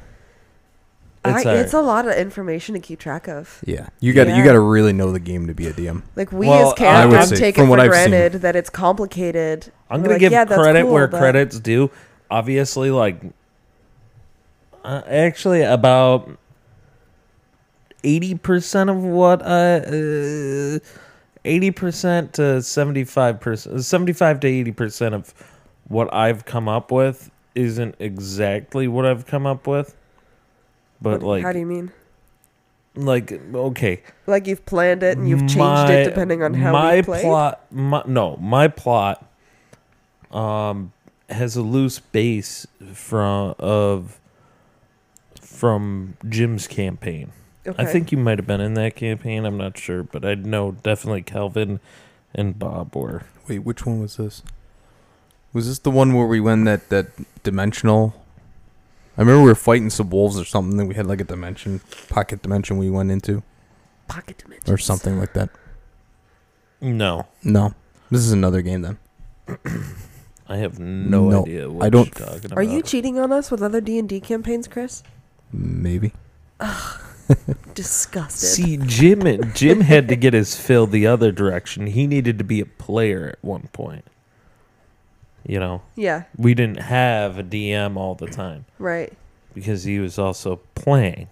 I-
It's
it's,
all
a lot of information to keep track of.
Yeah, you got to you
Yeah.
got to really know the game to be a DM.
Like we
Well,
as
I would
characters
say,
take it
from
for
what I've seen.
granted that it's complicated.
I'm
We're
gonna
like,
give
"Yeah, that's
credit
cool,
where
but
credit's due. Obviously, like, uh, actually, about eighty percent of what I, eighty percent to seventy-five percent, seventy-five to eighty percent of what I've come up with isn't exactly what I've come up with. But like,
how do you mean?
like okay,
Like you've planned it and you've changed
my-
it depending on how
my
we played.
plot my, no my plot um has a loose base from of from jim's campaign i
Okay.
think you might have been in that campaign i'm not sure but i know definitely calvin and bob were
Wait, which one was this? Was this the one where we went that that dimensional? I remember we were fighting some wolves or something. Then we had like a dimension, pocket dimension we went into,
pocket dimensions
or something like that.
no
No, this is another game then.
i have no,
No,
idea what
I don't-
you're talking about
Are you cheating on us with other D and D campaigns, Chris?
Maybe.
Disgusted.
See, Jim Jim had to get his fill the other direction. He needed to be a player at one point. You know,
yeah,
we didn't have a DM all the time
right.
because he was also playing.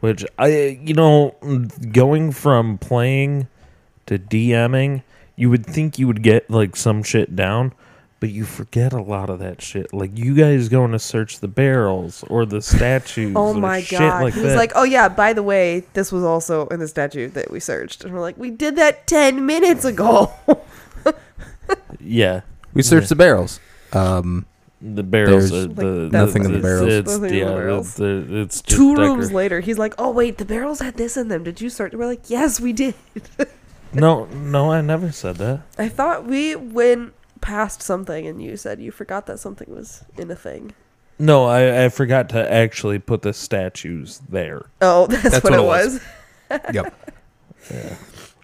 Which I you know, going from playing to DMing, you would think you would get like some shit down, but you forget a lot of that shit. Like you guys going to search the barrels or the statues
*laughs* Oh
or
my
shit
god.
like
He's
that.
like, oh yeah. By the way, this was also in the statute that we searched, and we're like, we did that ten minutes ago. *laughs* oh.
yeah.
We searched the barrels. Um,
The barrels,
There's
are the,
Like,
nothing in the barrels.
It's,
Nothing in the
yeah,
barrels.
the- the- it's just
Two rooms
decor-
later, he's like, oh wait, the barrels had this in them. Did you search? We're like, yes, we did.
No, no, I never said that.
I thought we went past something and you said you forgot that something was in a thing.
No, I, I forgot to actually put the statues there.
Oh, *laughs* that's, what, it was.
Yep.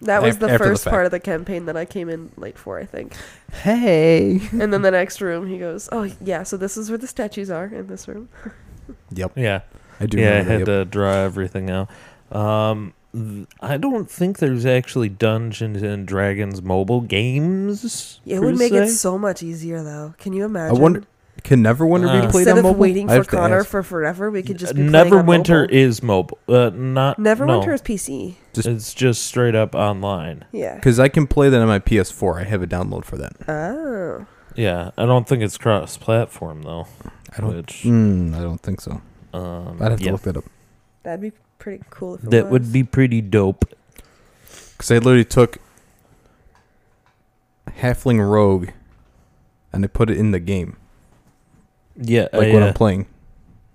That
Af-
was the
after the
first
fact.
part of the campaign that I came in late for, I think.
Hey.
And then the next room, he goes, "Oh yeah, so this is where the statues are in this room."
Yep.
Yeah,
I do.
yeah, I
remember that,
had
yep.
to draw everything out. Um, th- I don't think there's actually Dungeons and Dragons mobile games.
It
per
would make it
se.
so much easier, though. Can you
I
imagine?
wonder. Can Neverwinter
Uh,
be played
Instead
on
of
mobile?
waiting
I
for
have to
Connor
ask.
for forever, we could just be playing on
Neverwinter
mobile.
is mobile. Uh, not
Neverwinter
no.
is PC.
It's just straight up online.
Yeah.
Because I can play that on my PS4. I have a download for that.
Oh.
Yeah, I don't think it's cross-platform though.
I don't.
Which,
Mm, I don't think so.
um,
I'd have to
yeah.
look that up.
That'd be pretty cool if it
That
was.
would be pretty dope.
Because I literally took Halfling Rogue and I put it in the game,
Yeah,
like
I,
when
uh,
I'm playing.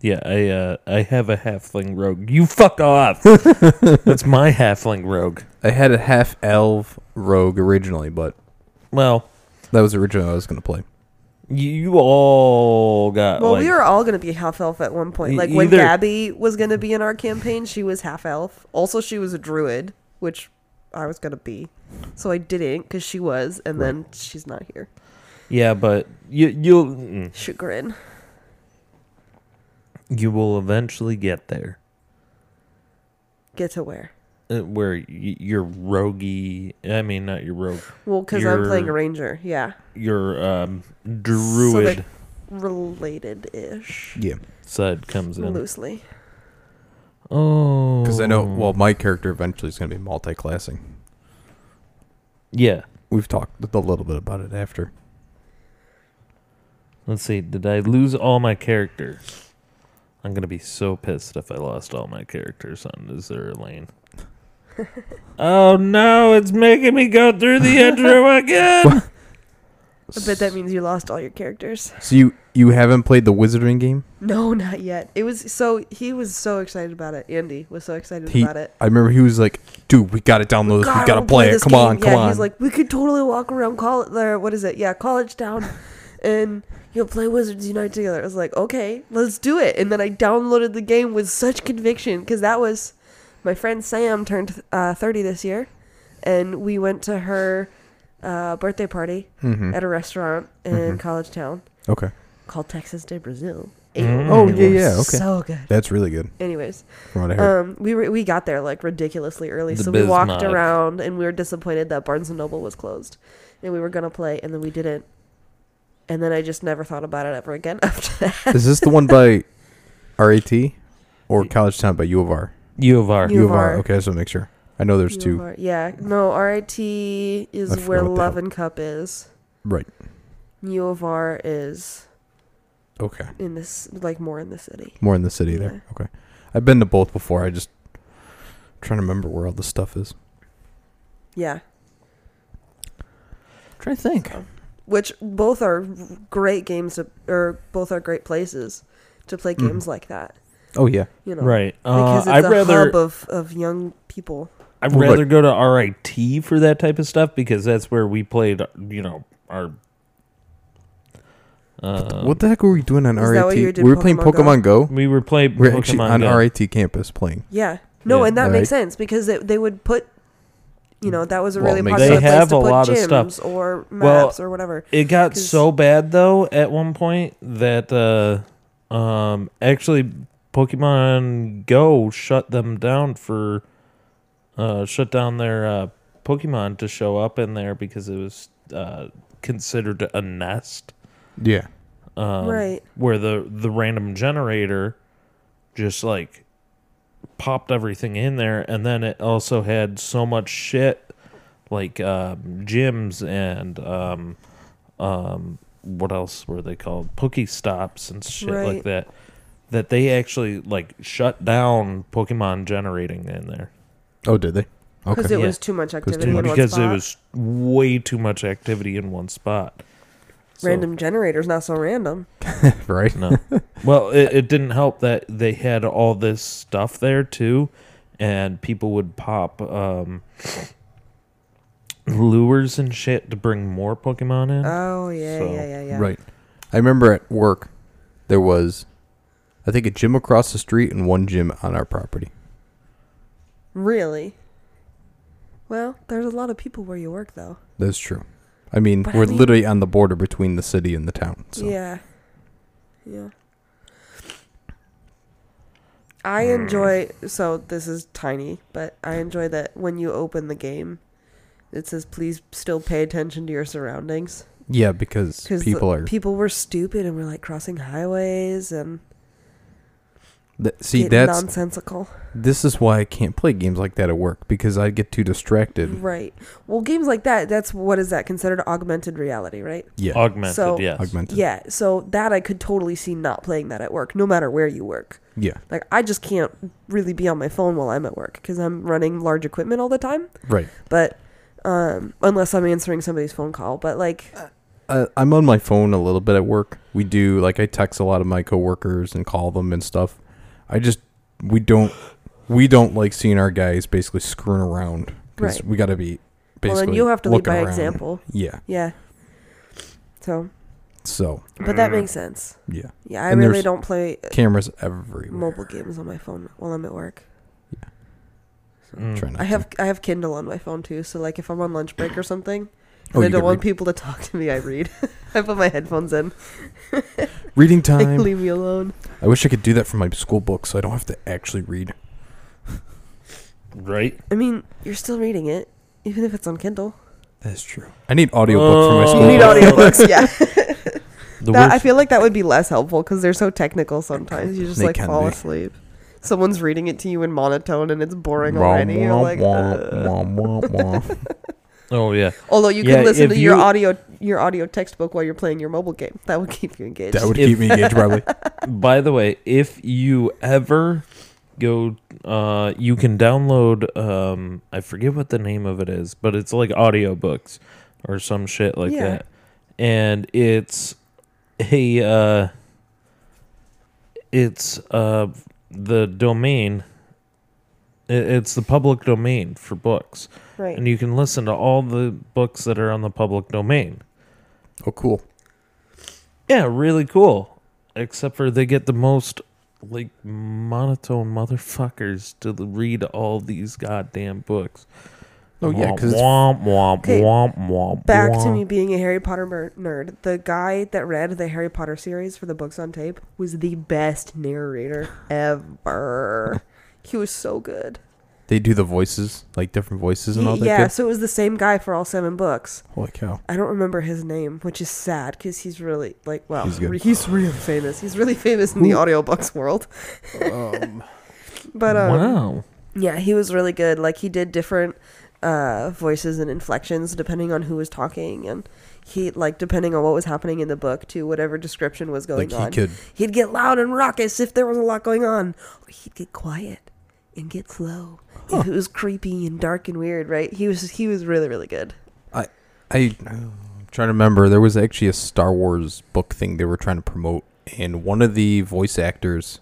yeah, I uh, I have a halfling rogue. You fuck off. That's my halfling rogue.
I had a half elf rogue originally, but
Well,
that was originally what I was going to play.
you, you all got
Well,
like
we were all gonna be half elf at one point.
E-
Like when
either-
Gabby was gonna be in our campaign, she was half elf. Also, she was a druid, which I was gonna be, so I didn't because she was, and then she's not here.
yeah, but you you mm,
Chagrin.
you will eventually get there
Get to where?
uh, where y- your roguey. I mean, not your rogue.
Well, because I'm playing a
Your-
ranger. Yeah,
Your um, druid
related ish,
Yeah.
side comes in.
loosely.
Oh,
Because I know, well, my character eventually is going to be multi-classing.
yeah.
We've talked a little bit about it after.
Let's see. Did I lose all my characters? I'm gonna be so pissed if I lost all my characters on Azura
*laughs*
Lane. oh no! It's making me go through the
*laughs*
intro again.
I bet that means you lost all your characters.
So you you haven't played the Wizarding game?
No, not yet. It was so he was so excited about it. Andy was so excited
He,
about it.
I remember he was like, "Dude, we got to download this. we
God,
got to
we'll
play, it.
this
Come
game.
on, come
yeah,
on."
He's like, we could totally walk around college. There, what is it? Yeah, college town, *laughs* and you know, play Wizards Unite together. I was like, okay, let's do it. And then I downloaded the game with such conviction because that was my friend Sam turned uh, thirty this year, and we went to her uh, birthday party
Mhm.
at a restaurant in
Mm-hmm.
college town
okay,
called Texas de Brazil.
Mm.
Oh,
It
yeah,
was
yeah, okay.
so good.
that's really good.
Anyways,
From what I heard,
um, we were we got there like ridiculously early,
The
so we walked
Bismarck.
around and we were disappointed that Barnes and Noble was closed, and we were gonna play and then we didn't, and then I just never thought about it ever again *laughs* after that.
is this the one
*laughs*
by RAT or College Town by U of R?
U of R.
You- of R.
Okay, I just want to make sure. I know there's
You
two.
are- yeah, no, RIT
I
is
forgot
where
what the
Love
hell-
and Cup is.
Right.
U of R is
Okay.
in this like more in the city.
More in the city there. Okay. I've been to both before. I just trying to remember where all this stuff is.
Yeah,
trying to think.
which both are great games to, or both are great places to play
Mm-hmm.
games like that.
Oh yeah.
You know,
Right. Uh,
Because it's
I'd
a
rather
hub of of young people.
I'd
Well, look-
rather go to RIT for that type of stuff because that's where we played. You know our. Uh,
what the heck were we doing on
Is that
RAT?
what you did
we were playing
Pokemon
Pokemon Go.
we were playing
We are actually
Pokemon
on
Go.
RIT campus playing.
Yeah. No,
Yeah.
and that
Right.
makes sense because they, they would put, you know, that was a
Well,
really
it makes
popular
sense. They
place
have
to
a
put
lot of stuff.
gyms or
Well,
maps or whatever.
It got
'Cause-
so bad though at one point that uh, um, actually Pokemon Go shut them down for uh, shut down their uh, Pokemon to show up in there because it was uh, considered a nest.
Yeah.
um,
Right.
where the the random generator just like popped everything in there and then it also had so much shit like um, gyms and um, um, what else were they called Pokey stops and shit like
Right.
that that they actually like shut down pokemon generating in there
Oh, did they?
Because
Okay.
it
Yeah.
was too much
too
activity in
much.
one
because
spot.
it was way too much activity in one spot So-
random generators, not so random.
right.
*laughs*
No. well, it, it didn't help that they had all this stuff there too, and people would pop um, lures and shit to bring more Pokemon in.
Oh yeah,
So,
yeah, yeah, yeah.
Right. I remember at work, there was, I think, a gym across the street and one gym on our property.
Really? Well, there's a lot of people where you work, though.
That's true. I mean,
But I
we're
mean-
literally on the border between the city and the town. So.
Yeah. Yeah. I
Hmm.
enjoy so this is tiny, but I enjoy that when you open the game, it says please still pay attention to your surroundings
Yeah, because
because
people are.
people were stupid and were like crossing highways and
Th- see,
getting
that's
nonsensical.
this is why I can't play games like that at work because I get too distracted.
Right. Well, games like that, that's what is that considered augmented reality, right?
Yeah,
Augmented,
So-
yes.
augmented.
Yeah. So that I could totally see not playing that at work, no matter where you work.
yeah,
Like I just can't really be on my phone while I'm at work because I'm running large equipment all the time.
right.
But um, unless I'm answering somebody's phone call, but like
uh, I'm on my phone a little bit at work. We do like I text a lot of my coworkers and call them and stuff. I just we don't we don't like seeing our guys basically screwing around because
Right.
we got to be
Well,
basically.
then you have to lead
looking
by
around.
example.
Yeah.
yeah. So,
So
but that makes sense.
yeah,
Yeah, I
Mm. And
really
there's-
don't play
cameras everywhere.
Uh, mobile games on my phone while I'm at work.
Mm.
Trying not
I
to-
have I have Kindle on my phone too, so like if I'm on lunch break or something.
Oh,
And I
you
don't
could
want
read.
people to talk to me. I read. *laughs* I put my headphones in. *laughs*
reading
They
time.
leave me alone.
I wish I could do that for my school book, so I don't have to actually read.
Right?
I mean, you're still reading it, even if it's on Kindle.
That's true. I need audiobook for my
Oh.
school.
You need
book. *laughs*
audiobooks, yeah.
The
That, I
worst-
feel like that would be less helpful because they're so technical sometimes. You just
They
like
can
fall
be.
asleep. Someone's reading it to you in monotone and it's boring already. You're like, uh, "Ugh."
Womp, womp,
*laughs*
womp, womp.
oh, yeah.
although you
Yeah,
can listen
if
to your
you-
audio your audio textbook while you're playing your mobile game. That would keep you engaged.
That would
If-
keep me engaged,
*laughs*
probably.
By the way, if you ever go, uh, you can download, um, I forget what the name of it is, but it's like audiobooks or some shit like
Yeah.
that. And it's a, uh, it's, uh, the domain, i- it's the public domain for books.
right.
And you can listen to all the books that are on the public domain.
Oh, cool.
Yeah, really cool. Except for they get the most like monotone motherfuckers to l- read all these goddamn books.
Oh, yeah, 'cause it's-
womp womp
Okay,
womp womp.
Back to
womp.
me being a Harry Potter mer- nerd. The guy that read the Harry Potter series for the books on tape was the best narrator ever. he was so good.
They do the voices, like different voices and all that.
yeah,
Yeah.
so it was the same guy for all seven books.
Holy cow.
I don't remember his name, which is sad because he's really like well,
He's good.
re- he's really famous. He's really famous in the audiobooks world. *laughs* but um,
Wow.
yeah, he was really good. Like he did different uh, voices and inflections depending on who was talking, and he like depending on what was happening in the book to whatever description was
like
going
he
on.
could.
He'd get loud and raucous if there was a lot going on, or he'd get quiet and get slow if it was creepy and dark and weird. Right? He was he was really really good.
I, I'm trying to remember. There was actually a Star Wars book thing they were trying to promote, and one of the voice actors.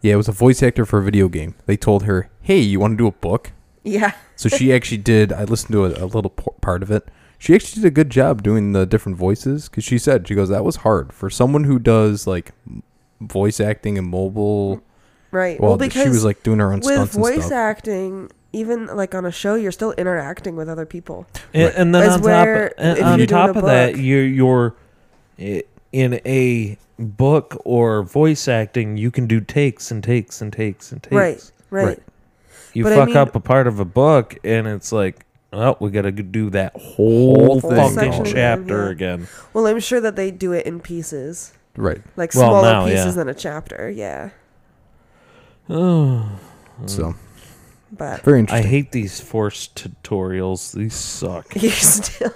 Yeah, it was a voice actor for a video game. They told her, "Hey, you want to do a book?"
Yeah.
So
*laughs*
she actually did. I listened to a, a little por- part of it. She actually did a good job doing the different voices because she said she goes, "That was hard for someone who does like m- voice acting and mobile."
Right.
Well, th- she was like doing her own
with
stunts and
voice
stuff.
acting even like on a show you're still interacting with other people
And, and then
As
on
where-
top, and
if
on
you're doing
top
a
of that,
book-
you're you're i- in a book or voice acting. You can do takes and takes and takes and takes.
right right,
Right.
You
But I
fuck
mean-
up a part of a book, and it's like, oh, we got to do that whole,
Whole thing.
fucking
Section,
chapter
yeah.
again.
well i'm sure that they do it in pieces
Right.
like
Well,
smaller
now,
pieces
yeah.
than a chapter yeah
Oh,
So
but
very
I
interesting.
hate these forced tutorials. These suck.
*laughs* you're still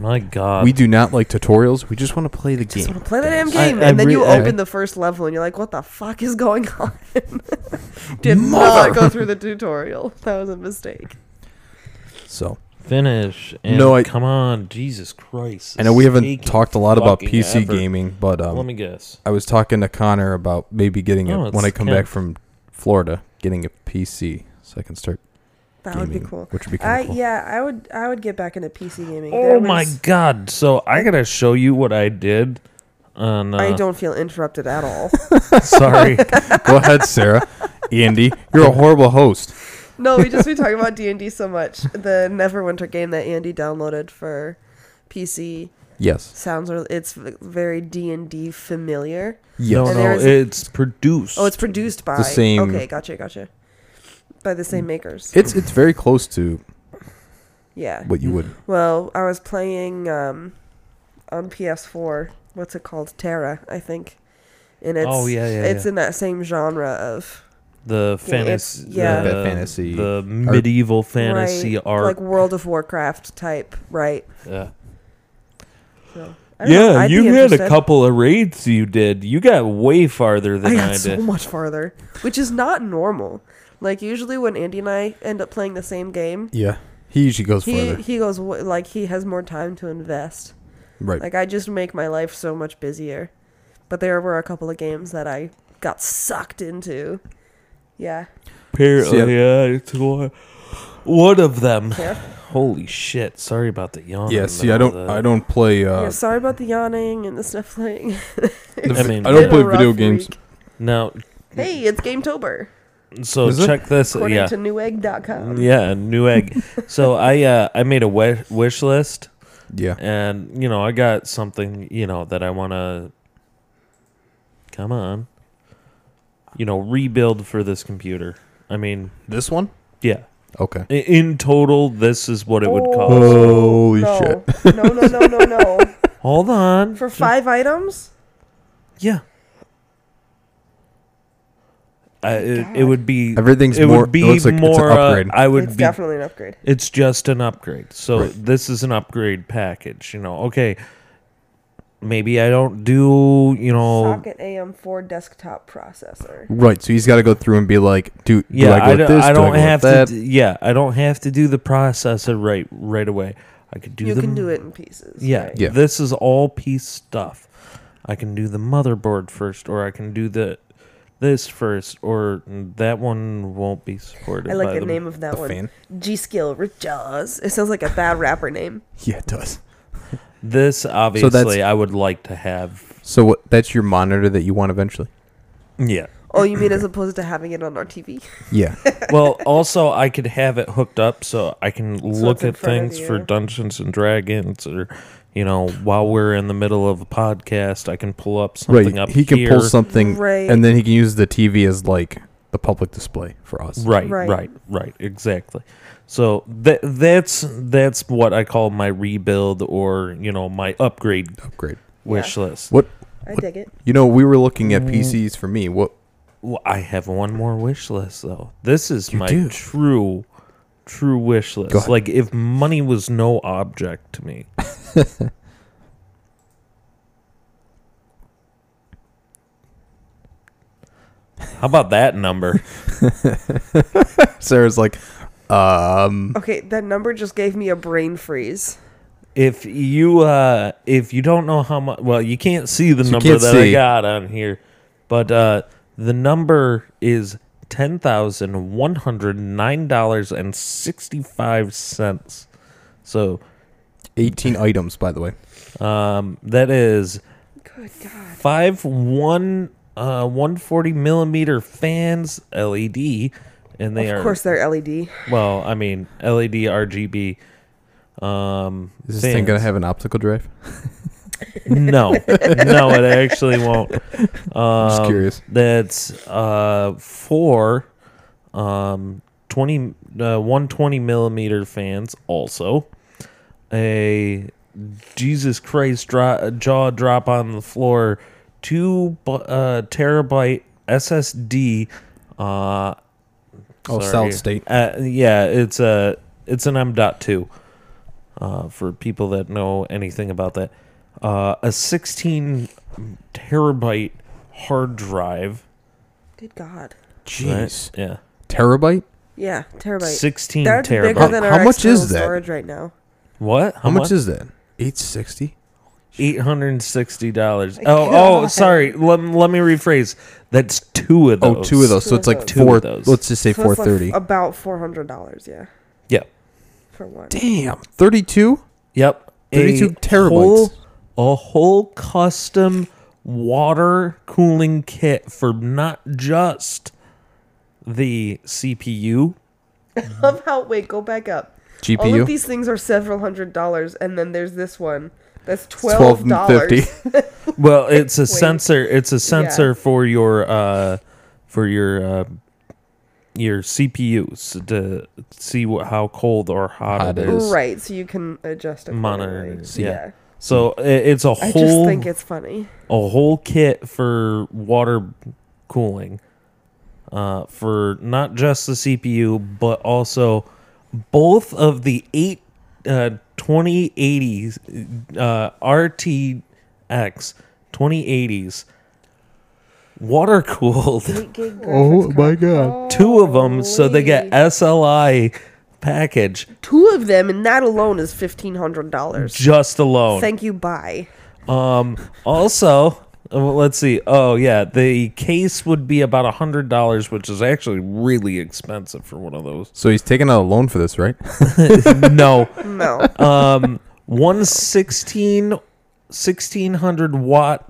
My God.
we do not like tutorials. We just want to play the
just
game.
want to play the damn
guys.
game
I- I
and then
re-
you
I-
open the first level and you're like what the fuck is going on *laughs* did not go through the tutorial that was a mistake
So
finish. And
No, I-
come on, Jesus Christ.
I know we
it's
haven't
taking
talked a lot about
fucking
PC
ever.
gaming, but
Let
um,
me guess.
I was talking to Connor about maybe getting
Oh,
a, when
it's
I come
Ken.
back from Florida, getting a PC so I can start
That
gaming,
would be cool.
which would be kind
I
of cool.
yeah, I would I would get back into PC gaming.
Oh
There
my
was-
god! So I gotta show you what I did. On uh,
I don't feel interrupted at all.
*laughs*
sorry,
Go ahead,
*laughs*
Sarah. Andy, you're a horrible host.
no, we just been talking about *laughs* D and D so much. The Neverwinter game that Andy downloaded for PC
Yes.
sounds really, it's v- very D and D familiar.
Yes.
no,
And
no,
there's-
it's produced.
Oh, it's produced by
same-
Okay, gotcha, gotcha. By the same makers.
It's it's very close to
yeah.
what you would.
Well, I was playing um, on PS4. What's it called? Terra, I think. And it's
Oh, yeah, yeah,
it's
yeah.
in that same genre of
the
Yeah, it's-
fantasy,
yeah.
the,
That fantasy-
the medieval fantasy
right,
art.
like World of Warcraft type, right?
yeah.
So, I don't know, I'd be interested.
couple of raids you did. You got way farther
I got so much farther, which is not normal. Like usually when Andy and I end up playing the same game,
Yeah. He usually goes
he
further.
he goes w- like he has more time to invest.
Right.
Like I just make my life so much busier. But there were a couple of games that I got sucked into. Yeah.
Apparently,
Yeah.
yeah, it's one, one of them.
Yeah.
Holy shit! Sorry about the yawn.
yeah,
in
see
Oh, the
I don't
middle of
I don't play
yeah.
uh
Sorry about the yawning and the sniffling.
the
I
vi-
mean-
I don't
Been a
play
rough
video games.
week.
that. Now,
Hey, it's GameTober.
so
Is it?
check this.
According
yeah,
to newegg.com.
yeah, new
*laughs*
egg. so I uh, I made a we- wish list,
Yeah.
and you know I got something you know that I want to. Come on. You know, rebuild for this computer. I mean,
This one?
yeah.
Okay.
I- In total, this is what it would cost.
Holy
no.
shit.
no, no, no, no, no.
Oh.
Hold on.
For five items?
Yeah. I, it, it would be
Everything's
it
more-
Would
it
be
looks like it's an
more, uh,
upgrade.
I would
it's
be.
definitely an upgrade.
It's just an upgrade. So
Right.
this is an upgrade package. You know, okay. Maybe I don't do. You know,
Socket AM4 desktop processor.
Right. So he's got to go through and be like, do, do
yeah.
I go
I,
with
don't,
this?
I
do
don't
I go
have
with
to.
that?
d- Yeah, I don't have to do the processor right right away. I could do.
you
the,
can do it in pieces.
Yeah,
right?
Yeah.
This is all piece stuff. I can do the motherboard first, or I can do the this first, or that one won't be supported.
I like
by
the name of that
The
one.
fan?
G Skill Rip Jaws. It sounds like a bad rapper name.
Yeah, it does.
This obviously,
that's-
I would like to have.
So what, that's your monitor that you want eventually?
Yeah.
Oh, you mean as opposed to having it on our TV?
Yeah.
Well, also I could have it hooked up so I can look
it's in
at
front of
things for
you.
Dungeons and Dragons, or you know, while we're in the middle of a podcast, I can pull up something
right.
up
He can pull
here.
something
Right.
and then he can use the TV as like the public display for us.
Right,
Right.
right, right, exactly. So that that's that's what I call my rebuild or you know my upgrade
Upgrade.
wish list.
What
I
What-
dig it.
you know, we were looking at PCs for me. What
Well, I have one more wish list though. This is my
do.
true, true wish
Go
list.
ahead.
Like if money was no object to
*laughs*
me, how about that number?
Sarah's like, um
Okay, that number just gave me a brain freeze.
If you uh if you don't know how much well you can't see the
You
number
can't
that
see.
I got on here, but uh the number is ten thousand one hundred nine dollars and sixty five cents. So
18 items by the way.
um that is
Good God.
five one uh one forty millimeter fans LED and they
of
are
course, they're E LED.
well, I mean E LED RGB um
Is this thing going
fans.
to have an optical drive? *laughs*
No, no, it actually won't. Um,
just curious.
That's uh, four um, 20, uh, 120 millimeter fans, also. A Jesus Christ dro- jaw drop on the floor, two bu- uh, terabyte SSD. Uh,
Oh,
sorry.
solid state.
Uh, yeah, it's a it's an M dot two. Uh, for people that know anything about that, uh, a 16 terabyte hard drive.
Good God.
right?
Jeez.
Yeah.
Terabyte?
Yeah, terabyte.
16
That's bigger
terabyte.
than
How
our
much is
external
that?
storage right now.
what? How,
How, much
much?
is that? 860?
Eight hundred and sixty dollars.
My
Oh, oh,
God.
sorry. Let, let me rephrase. That's two of
Oh,
those.
two of those. So it's like
Two
of
four.
those.
Let's just say
So it's like
430.
about four hundred dollars. Yeah.
for one.
Damn, 32?
Yep.
32 terabytes.
Whole, a whole custom water cooling kit for not just the CPU.
*laughs* Love how wait, go back up. All
E
GPU?
of these things are several hundred dollars, and then there's this one that's
Twelve
twelve dollars.
Well,
*laughs*
it's a
Wait.
sensor. It's a sensor
Yeah.
for your uh, for your uh, your CPUs to see what how cold or hot,
Hot
it
it
is.
is.
Right, so you can adjust it.
Monitor
accordingly.
it, yeah. So i- it's a
I just
whole
think it's funny.
a whole kit for water cooling uh, for not just the CPU, but also both of the eight, uh, 2080s uh, RTX 2080s water cooled. *laughs*
Oh my god.
Two of them, so they get SLI package
Two of them, and that alone is fifteen hundred dollars.
just alone.
Thank you. Bye.
Um. Also, uh, let's see. Oh yeah, the case would be about a hundred dollars, which is actually really expensive for one of
*laughs*
those.
*laughs* So he's taking out a loan
*laughs*
for this, right?
No.
No.
*laughs* Um. One sixteen, sixteen hundred watt,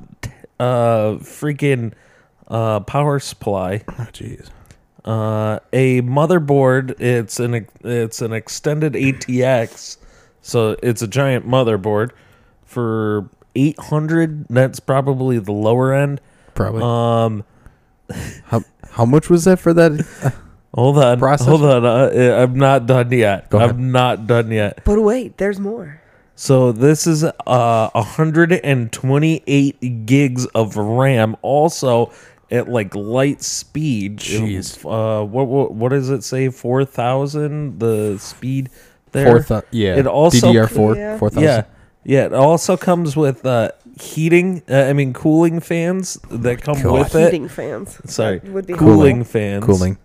uh, freaking, uh, power supply.
Oh, jeez.
Uh, a motherboard. It's an ex- it's an extended ATX, so it's a giant motherboard for eight hundred. That's probably the lower end.
Probably.
Um,
*laughs* how, how much was that
*laughs*
for that? *laughs*
hold on,
Process-
hold on. Uh, I- I'm not done yet.
Go ahead.
I'm not done yet.
but wait, there's more.
So this is uh 128 gigs of RAM. Also at like light speed.
Jeez.
Uh, what what what does it say? Four thousand. The speed there.
Four thou- yeah.
It also
DDR4,
Yeah.
4,000.
Yeah. Yeah, it also comes with uh, heating. Uh, I mean, cooling fans that come
God.
with it.
Heating fans.
Sorry,
That would be
cooling fans.
Cooling.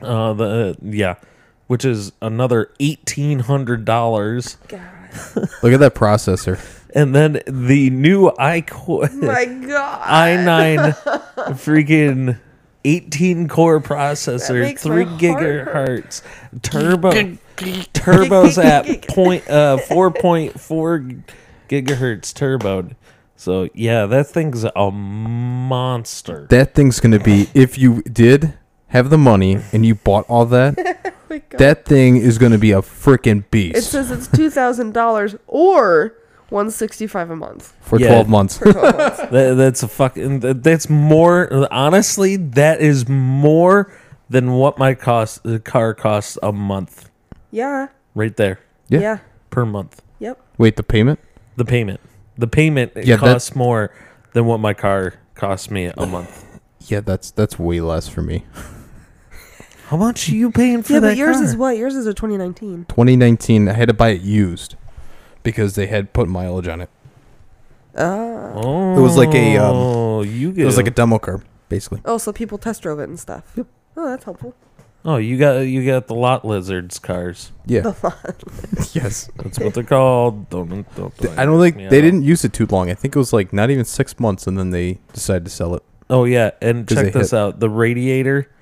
Uh, the yeah, which is another eighteen hundred dollars,
God.
*laughs*
Look at that processor.
and then the new i core
My God.
*laughs* i
*laughs*
nine freaking eighteen core processor,
makes my
three
heart
gigahertz, turbo,
*laughs*
turbos at point uh four point four gigahertz turboed. So yeah, that thing's a monster.
That thing's going to be, if you did have the money and you bought all
*laughs*
that,
Oh My God.
that thing is going to be a freaking beast
It says it's two thousand dollars or one sixty five a month
for
Yeah.
12 months.
for twelve months.
That, that's a fucking. That, that's more. Honestly, that is more than what my cost the car costs a month.
Yeah.
Right there
Yeah.
yeah.
per month.
Yep.
Wait, the payment?
The payment. The payment it
Yeah, that-
costs more than what my car costs me a month.
Yeah, that's that's way less for me.
How much are you paying for
Yeah,
that
but yours
car?
is what? Yours is a 2019.
2019, I had to buy it used because they had put mileage on it.
Oh.
Oh,
It was like a, um,
you
It was
get-
like a demo car, basically.
Oh, so people test drove it and stuff. Oh, that's helpful.
oh you got you got the lot lizards cars.
Yeah. *laughs* yes.
*laughs* That's what they're called. Don't, don't,
I don't think
Yeah.
they didn't use it too long. I think it was like not even six months, and then they decided to sell it.
Oh yeah, and
'Cause
check
they
this
hit-
out: the radiator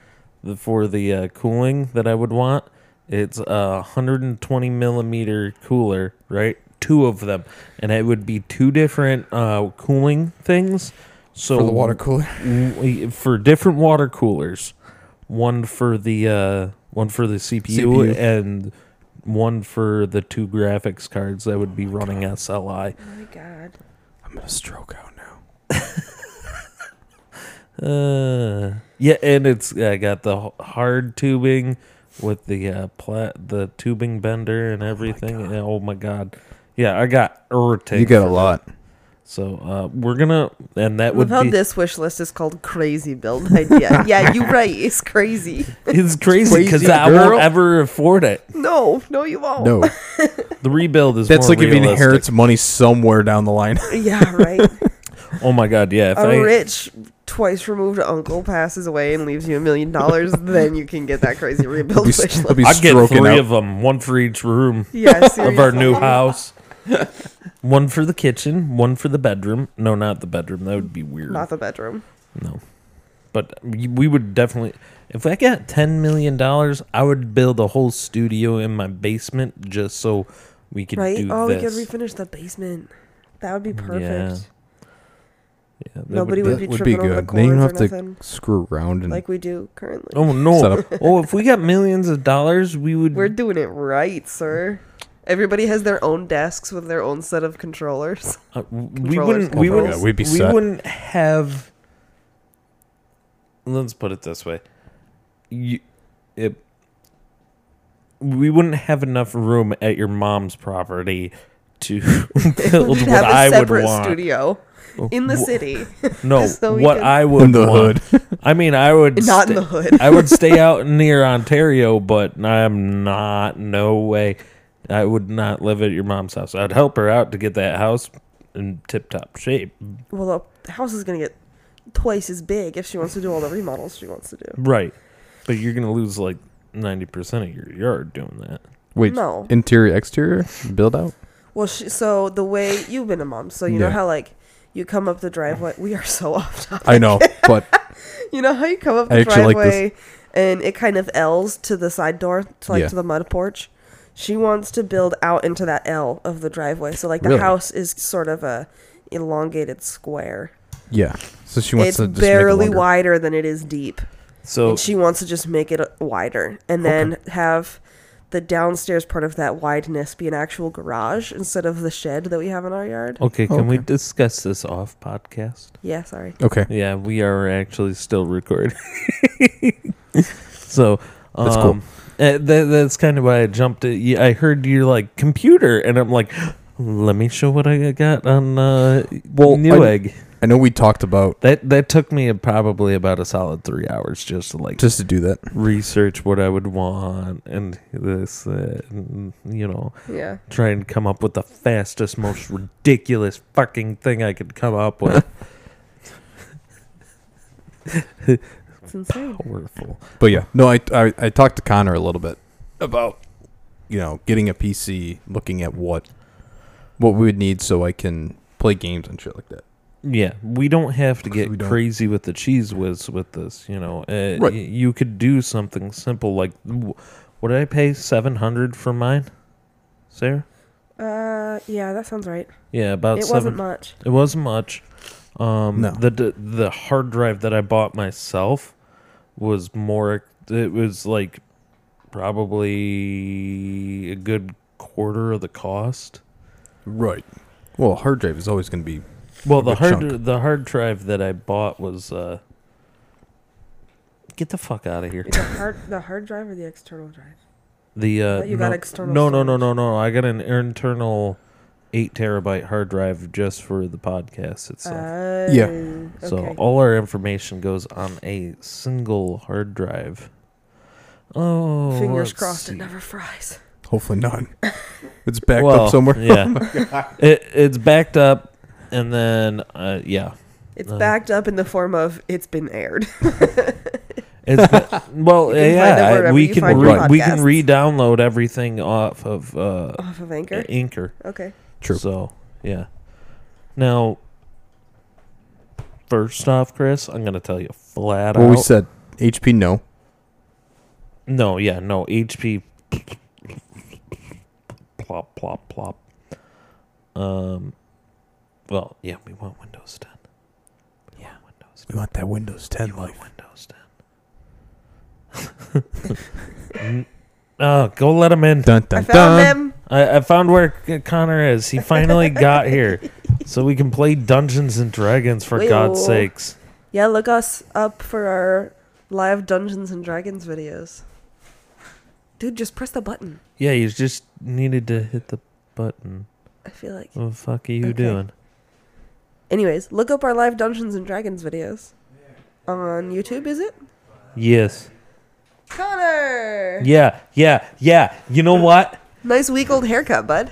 the, for the uh, cooling that I would want. It's a 120 millimeter cooler, right? Two of them, and it would be two different uh, cooling things. So
cooler.
w- for different water coolers, one for the uh, one for the CPU,
CPU.
and one for the two graphics cards that would be running SLI.
Oh my god.
I'm gonna stroke out now.
Uh, yeah, and it's I got the h- hard tubing with the uh, plat the tubing bender and everything. And, Oh my god. Yeah, I got irritated.
You got a lot.
So uh, we're gonna, and that would
Love how
be
this wish list is called crazy build
*laughs*
idea. yeah, you're right. It's crazy.
*laughs* it's crazy because
Crazy
I
girl.
won't ever afford it.
No, no, you won't.
No,
The rebuild is
that's
Oh. more
like if you
realistic.
inherits money somewhere down the line. *laughs*
Yeah, right.
Oh my god, yeah. If I,
a rich, twice removed uncle passes away and leaves you a
*laughs*
million dollars, then you can get that crazy
He'll *laughs*
rebuild
be,
wish
*laughs*
he'll
list.
be
I'd get
stroking
three
out.
of them, one for each room
*laughs*
Yeah,
of our
seriously.
new house. one for the kitchen, one for the bedroom. No, not the bedroom. That would be weird.
Not the bedroom.
no. But we would definitely, if I got ten million dollars, I would build a whole studio in my basement just so we could
right?
do
Oh,
this.
we could refinish the basement. That would be perfect.
Yeah, that
Nobody
that
would be
would be
tripping over the
good. Then you
cords
don't
or
have to-
nothing,
Screw around and
like we do currently.
Oh
set
no!
up.
oh, if we got millions of dollars, we would.
We're doing it right, sir. Everybody has their own desks with their own set of controllers.
uh, we
Controllers,
wouldn't. We
Oh my
would.
God,
We'd
we'd
be
be
we
set.
wouldn't have. Let's put it this way. You, it, we wouldn't have enough room at your mom's property to *laughs* build *laughs*
We'd
what
have a
I would
separate
want. Oh,
studio in the
Wh- *laughs*
city, *laughs*
No,
just so
oh,
we
what
can-
I would
in the
want.
hood. *laughs*
I mean, I would
*laughs* not
sta-
in the
*laughs*
hood.
I would stay
*laughs*
out near Ontario, but I'm not. No way. I would not live at your mom's house. I'd help her out to get that house in tip top shape.
Well, the house is gonna get twice as big if she wants to do all the remodels she wants to do.
Right. But you're going to lose like 90% of your yard doing that.
Wait,
No.
interior, exterior, build out.
Well, she, so the way you've been a mom, so you know
Yeah.
how like you come up the driveway. We are so *laughs* off topic.
I know, *laughs* but
You know how you come up
I
the
actually like this.
driveway and it kind of L's to the side door, to like
Yeah.
to the mud porch. She wants to build out into that L of the driveway, so like the
Really?
house is sort of a elongated square.
yeah. So she wants
it's
to just
barely
make it longer.
wider than it is deep.
So
and she wants to just make it uh, wider and then have the downstairs part of that wideness be an actual garage instead of the shed that we have in our yard.
Oh.
Okay, can we
Okay.
discuss this off podcast?
Yeah, sorry.
Okay,
Yeah, we are actually still recording. *laughs* so um,
That's cool.
eh, tha- that's kind of why I jumped. It. Yeah, I heard you're like computer, and I'm like, let me show what I got on uh,
Well,
Newegg.
I know we talked about
that that took me probably about a solid three hours just to like
just to do that.
research what I would want and this, uh, and, you know,
Yeah.
try and come up with the fastest, most ridiculous fucking thing I could come up
*laughs*
with.
It's insane.
Powerful.
But yeah, no, I, I I talked to Connor a little bit about you know getting a PC, looking at what what we would need so I can play games and shit like that.
Yeah, we don't have to
We
get
don't.
crazy with the cheese whiz with this. You know, uh,
Right.
y- you could do something simple like, w- would I pay seven hundred for mine, Sarah?
Uh, yeah, that sounds right.
Yeah, about
It
7
wasn't much.
It wasn't much. Um,
No.
The d- the hard drive that I bought myself was more. It was like probably a good quarter of the cost.
Right. Well, hard drive is always going to be
Well,
A
the
good
hard
chunk.
the hard drive that I bought was. Uh, get the fuck out of here.
The hard, the hard drive or the external drive?
The uh,
thought you
no,
got external
no, no, no,
storage.
no, no. I got an internal eight terabyte hard drive just for the podcast itself.
Uh,
Yeah.
Okay.
So all our information goes on a single hard drive. Oh,
Fingers
let's
crossed
see.
it never fries.
hopefully none. *laughs* It's backed
Well,
up somewhere.
yeah,
*laughs*
it, it's backed up, and then uh, yeah,
It's
Uh,
backed up in the form of it's been aired.
it's ba-
*laughs*
well,
You can find it
yeah, I-
wherever
we
you
can
find
your
re- we can
podcasts.
re-download everything off of uh,
*laughs* Off of Anchor.
Anchor.
Okay.
True.
So yeah, now first off, Chris, I'm gonna tell you flat
Well,
out.
we said HP no.
No, yeah, no. HP. plop, plop, plop. Um. Well, yeah, we want Windows 10. We want Windows 10.
want that Windows
You want Windows *laughs* 10. oh, go let him in.
Dun
I
dun
found
dun.
them.
I, I found where C- Connor is. He
*laughs*
finally got here. So we can play Dungeons and Dragons for
Wait,
God's
whoa.
sakes.
Yeah, look us up for our live Dungeons and Dragons videos. Dude, just press the button.
Yeah, you just needed to hit the button.
I feel like.
What the fuck are you
Okay.
doing?
Anyways, look up our live Dungeons and Dragons videos on YouTube. Is it
Yes.
Connor?
Yeah, yeah, yeah. You
*laughs*
know what?
Nice week old haircut, bud.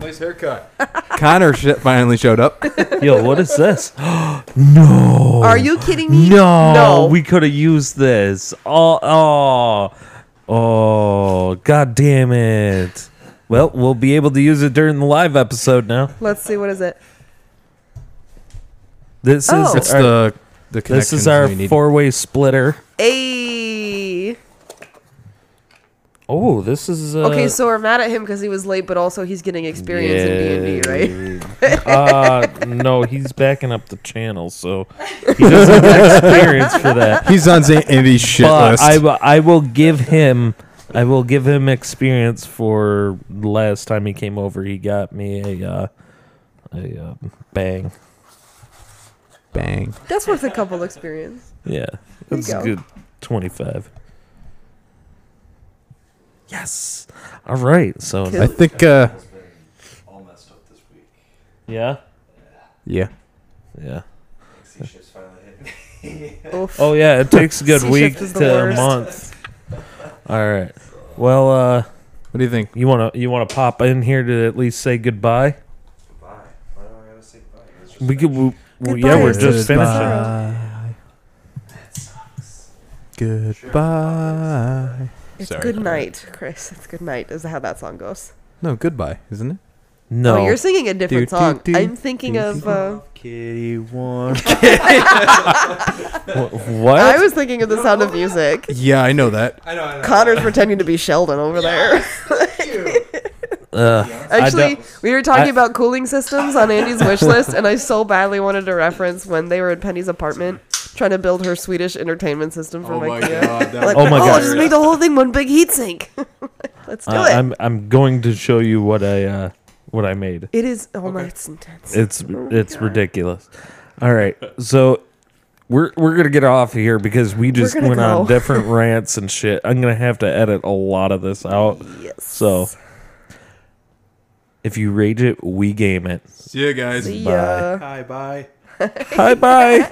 Nice haircut. *laughs* Connor sh- finally showed up.
Yo, what is this?
Are you kidding me?
Oh, No,
No.
we could have used this. Oh, oh, oh! God damn it! Well, we'll be able to use it during the live episode now.
Let's see. What is it?
This
Oh.
is
It's
our-
the the
This
connections
is our
we need.
four way splitter.
Ayy.
Oh, this is. Uh,
Okay, so we're mad at him because he was late, but also he's getting experience in D&D, right?
right? uh, no, he's backing up the channel, so he doesn't
*laughs*
have experience for that.
He's on Zan- Andy's shit
*laughs* But
list.
I, w- I will give him. I will give him experience for last time he came over. He got me a uh, a uh, bang.
Bang.
That's worth a couple experience.
Yeah,
you
that's a
go.
good twenty-five. Yes. All right. So
Cool.
I think. uh
yeah,
Yeah.
yeah.
Oof.
Oh yeah, it takes a good
Sea
week
shift is the
to a
worst.
month. All right. Well, uh,
What do you think?
you wanna you wanna pop in here to at least say goodbye. We could. We, well, yeah,
Goodbye,
we're
it's
just finishing.
Goodbye. Goodbye.
it's
sorry.
good night, Chris. It's good night is how that song goes.
No, goodbye, isn't it?
No,
Oh, you're singing a different
Do, do,
song.
do,
I'm thinking
do,
of.
do.
Uh,
Kitty one.
Wh- what?
I was thinking of the sound of
*laughs*
music.
Yeah, I know that.
I know, I know.
Connor's pretending to be Sheldon over *laughs* there.
Ugh.
Actually, we were talking
I-
about cooling systems on Andy's
*laughs*
wish list, and I so badly wanted to reference when they were in Penny's apartment trying to build her Swedish entertainment system for IKEA.
Oh god.
*laughs* Like,
Oh my
I'll
God.
just make the whole thing one big heat sink. *laughs* Let's do
I-
it.
I'm I'm going to show you what I uh, what I made.
It is. Oh my, it's intense.
It's it's ridiculous. All right, so we're we're gonna get off here because we just
gonna
went on
go. *laughs*
different rants and shit. I'm gonna have to edit a lot of this out.
yes.
So if you rage it, we game it.
*laughs*
See you guys.
See
bye.
ya.
Hi, bye.
Bye bye.